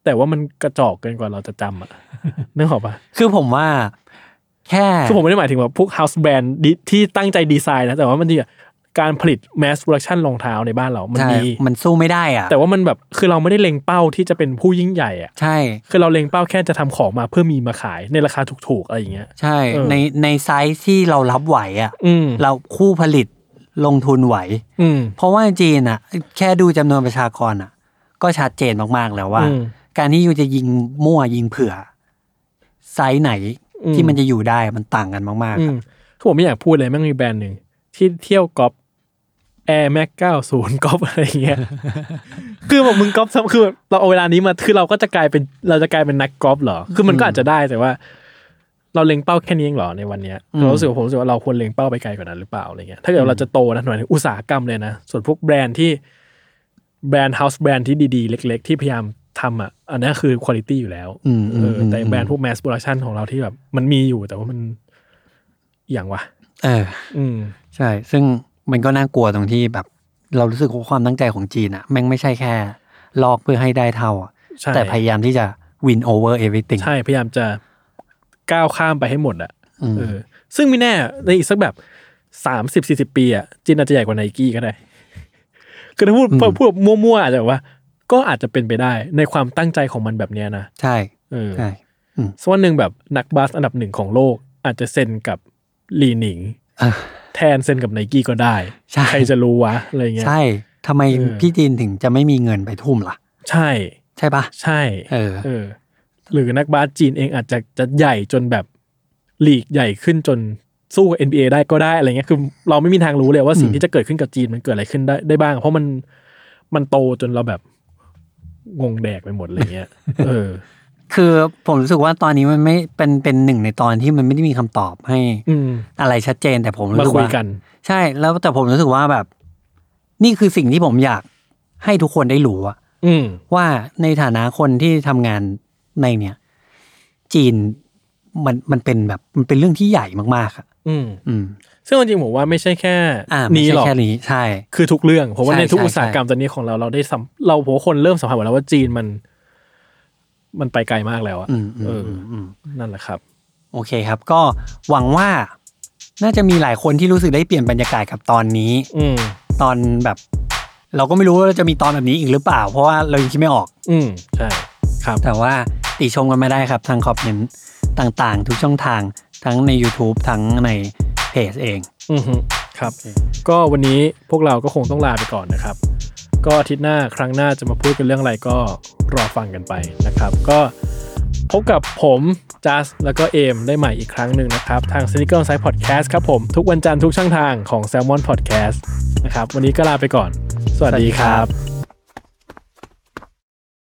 C: แต่ว่ามันกระจอกเกินกว่าเราจะจำ อะ่ะ นึกออกปะ
B: คือผมว่า แค่
C: คือผมไม่ได้หมายถึงว่าพวก house brand ดิที่ตั้งใจดีไซน์นะ แต่ว่ามันดีอะการผลิต mass production รองเท้าในบ้านเรา มัน
B: ใช่
C: มี
B: มันสู้ไม่ได้อ่ะ
C: แต่ว่ามันแบบคือเราไม่ได้เล็งเป้าที่จะเป็นผู้ยิ่งใหญ่อะ
B: ใช่
C: คือเราเล็งเป้าแค่จะทำของมาเพื่อมีมาขายในราคาถูกๆ อะไรอย่างเงี้ย
B: ใช่
C: เออ
B: ในในไซส์ที่เรารับไหวอ่ะ
C: อืม
B: เราคู่ผลิตลงทุนไหว
C: อืม
B: เพราะว่าจีนอ่ะ แค่ดูจำนวนประชากรอ่ะ ก็ชัดเจนมากๆแล้วว่า
C: อืม
B: การที่อยู่จะยิงมั่วยิงเผื่อ ไซส์ไหน
C: อืม
B: ที่มันจะอยู่ได้มันต่างกันมาก
C: อื
B: ๆ
C: ม
B: อะ
C: คือผมไม่อยากพูดเลยแม่งมีแบรนด์หนึ่งที่เที่ยวก๊อป Air Max 90ก๊อป อะไรอย่างเงี้ย คือแบบมึงก๊อปซ้ำคือแบบเราเอาเวลานี้มาคือเราก็จะกลายเป็นเราจะกลายเป็นนักก๊อปเหรอ คือมันก็อาจจะได้แต่ว่า เราเล็งเป้าแค่นี้เองเหรอในวันเนี้ยเรารู้สึกว่าผมรู้สึกว่าเราควรเล็งเป้าไปไกลกว่านั้นหรือเปล่าอะไรเงี้ยถ้าเกิดเราจะโตนะหน่อยถึงอุตสาหกรรมเลยนะ ส่วนพวกแบรนด์ที่แบรนด์เฮาส์แบรนด์ที่ดีๆ เล็ก ๆ ที่พยายามทำอ่ะอันนั้นคือคุณภาพอยู่แล้ว
B: อืมอื
C: เอ
B: ม
C: อแต่แบรนด์พวกแมส p r o d u c t i o n ของเราที่แบบ มันมีอยู่แต่ว่ามันอหย่างวะ
B: เออ
C: อืม
B: ใช่ ซึ่งมันก็น่ากลัวตรงที่แบบ เรารู้สึกว่าความตั้งใจของจีนอ่ะแม่งไม่ใช่แค่ ลอกเพื่อให้ได้เท่าอะ
C: ใช่
B: แต่พยายามที่จะ win over everything
C: ใช่พยายามจะก้าวข้ามไปให้หมดอะ
B: อืม
C: เออ ซึ่งไม่แน่ในอีกสักแบบสามสิบสี่สิบปีอะจีนอาจจะใหญ่กว่าไนกี้ก็ได้ คือถ้าพูด
B: อืม
C: พูดมั่วๆอาจจะแบบว่า ก็อาจจะเป็นไปได้ในความตั้งใจของมันแบบเนี้ยนะ
B: ใช่
C: เออ
B: ใช่
C: ส่วนหนึ่งแบบนักบาสอันดับหนึ่งของโลก อาจจะเซ็นกับลีหนิง
B: เออ
C: แทนเซ็นกับไนกี้ก็ได้
B: ใช่
C: ใครจะรู้วะอะไรเงี้ย
B: ใช่ทำไม
C: เออ
B: พี่จีนถึงจะไม่มีเงินไปทุ่มล่ะ
C: ใช่
B: ใช่ปะ
C: ใช่
B: เออ
C: เออ หรือนักบาสจีนเองอาจจะจะใหญ่จนแบบหลีกใหญ่ขึ้นจนสู้กับ NBA ได้ก็ได้อะไรเงี้ยคือเราไม่มีทางรู้เลยว่าสิ่ง
B: อืม
C: ที่จะเกิดขึ้นกับจีนมันเกิดอะไรขึ้นได้ได้บ้าง เพราะมันมันโตจนเราแบบงงแดกไปหมดอะไร เงี้ย เออ
B: คือผมรู้สึกว่าตอนนี้มันไม่เป็นเป็นหนึ่งในตอนที่มันไม่ได้มีคำตอบให้
C: อืม
B: อะไรชัดเจน แต่ผมรู้
C: มา
B: สึก
C: คุย
B: ว่า
C: กัน
B: ใช่แล้วแต่ผมรู้สึกว่าแบบ นี่คือสิ่งที่ผมอยากให้ทุกคนได้รู้อะ
C: อืม
B: ว่าในฐานะคนที่ทำงานในเนี่ย จีนมันมันเป็นแบบมันเป็นเรื่องที่ใหญ่มากๆอะ
C: อืม
B: อืม
C: ซึ่งจริงๆผมว่าไม่ใช่แค่
B: อ่าไม่
C: นี้
B: ใช่
C: หรอก
B: แค่นี้ใช่
C: คือทุกเรื่องผมว่า
B: ใช่
C: ในทุก
B: ใช่
C: อุตสาหกรรมตอนนี้ของเราเราได้สัมเราผมว่าคนเริ่มสัมผัสหมดแล้วว่าจีนมัน มันไปไกลมากแล้วอะ
B: อืมอื
C: เอ
B: ม
C: อ
B: อืมอืม
C: นั่นแหละครับ
B: โอเคครับ ก็หวังว่าน่าจะมีหลายคนที่รู้สึกได้เปลี่ยนบรรยากาศกับตอนนี้
C: อืม
B: ตอนแบบ เราก็ไม่รู้ว่าเราจะมีตอนแบบนี้อีกหรือเปล่า เพราะว่าเรายังคิดไม่ออก
C: อืมใช่ครับ
B: แต่ว่าติชมกันมาได้ครับ ทางคอมเมนต์ต่างๆ ทุกช่องทางทั้งใน YouTube ทั้งในเพจเอง
C: อือฮึครับ ก็วันนี้พวกเราก็คงต้องลาไปก่อนนะครับ ก็อาทิตย์หน้าครั้งหน้าจะมาพูดกันเรื่องอะไรก็รอฟังกันไปนะครับ ก็พบกับผมจัสแล้วก็เอมได้ใหม่อีกครั้งหนึ่งนะครับ ทาง s n e a k e r s i d e Podcast ครับผม ทุกวันจันทร์ทุกช่องทางของ Salmon Podcast นะครับ วันนี้ก็ลาไปก่อน สวัสดีครับ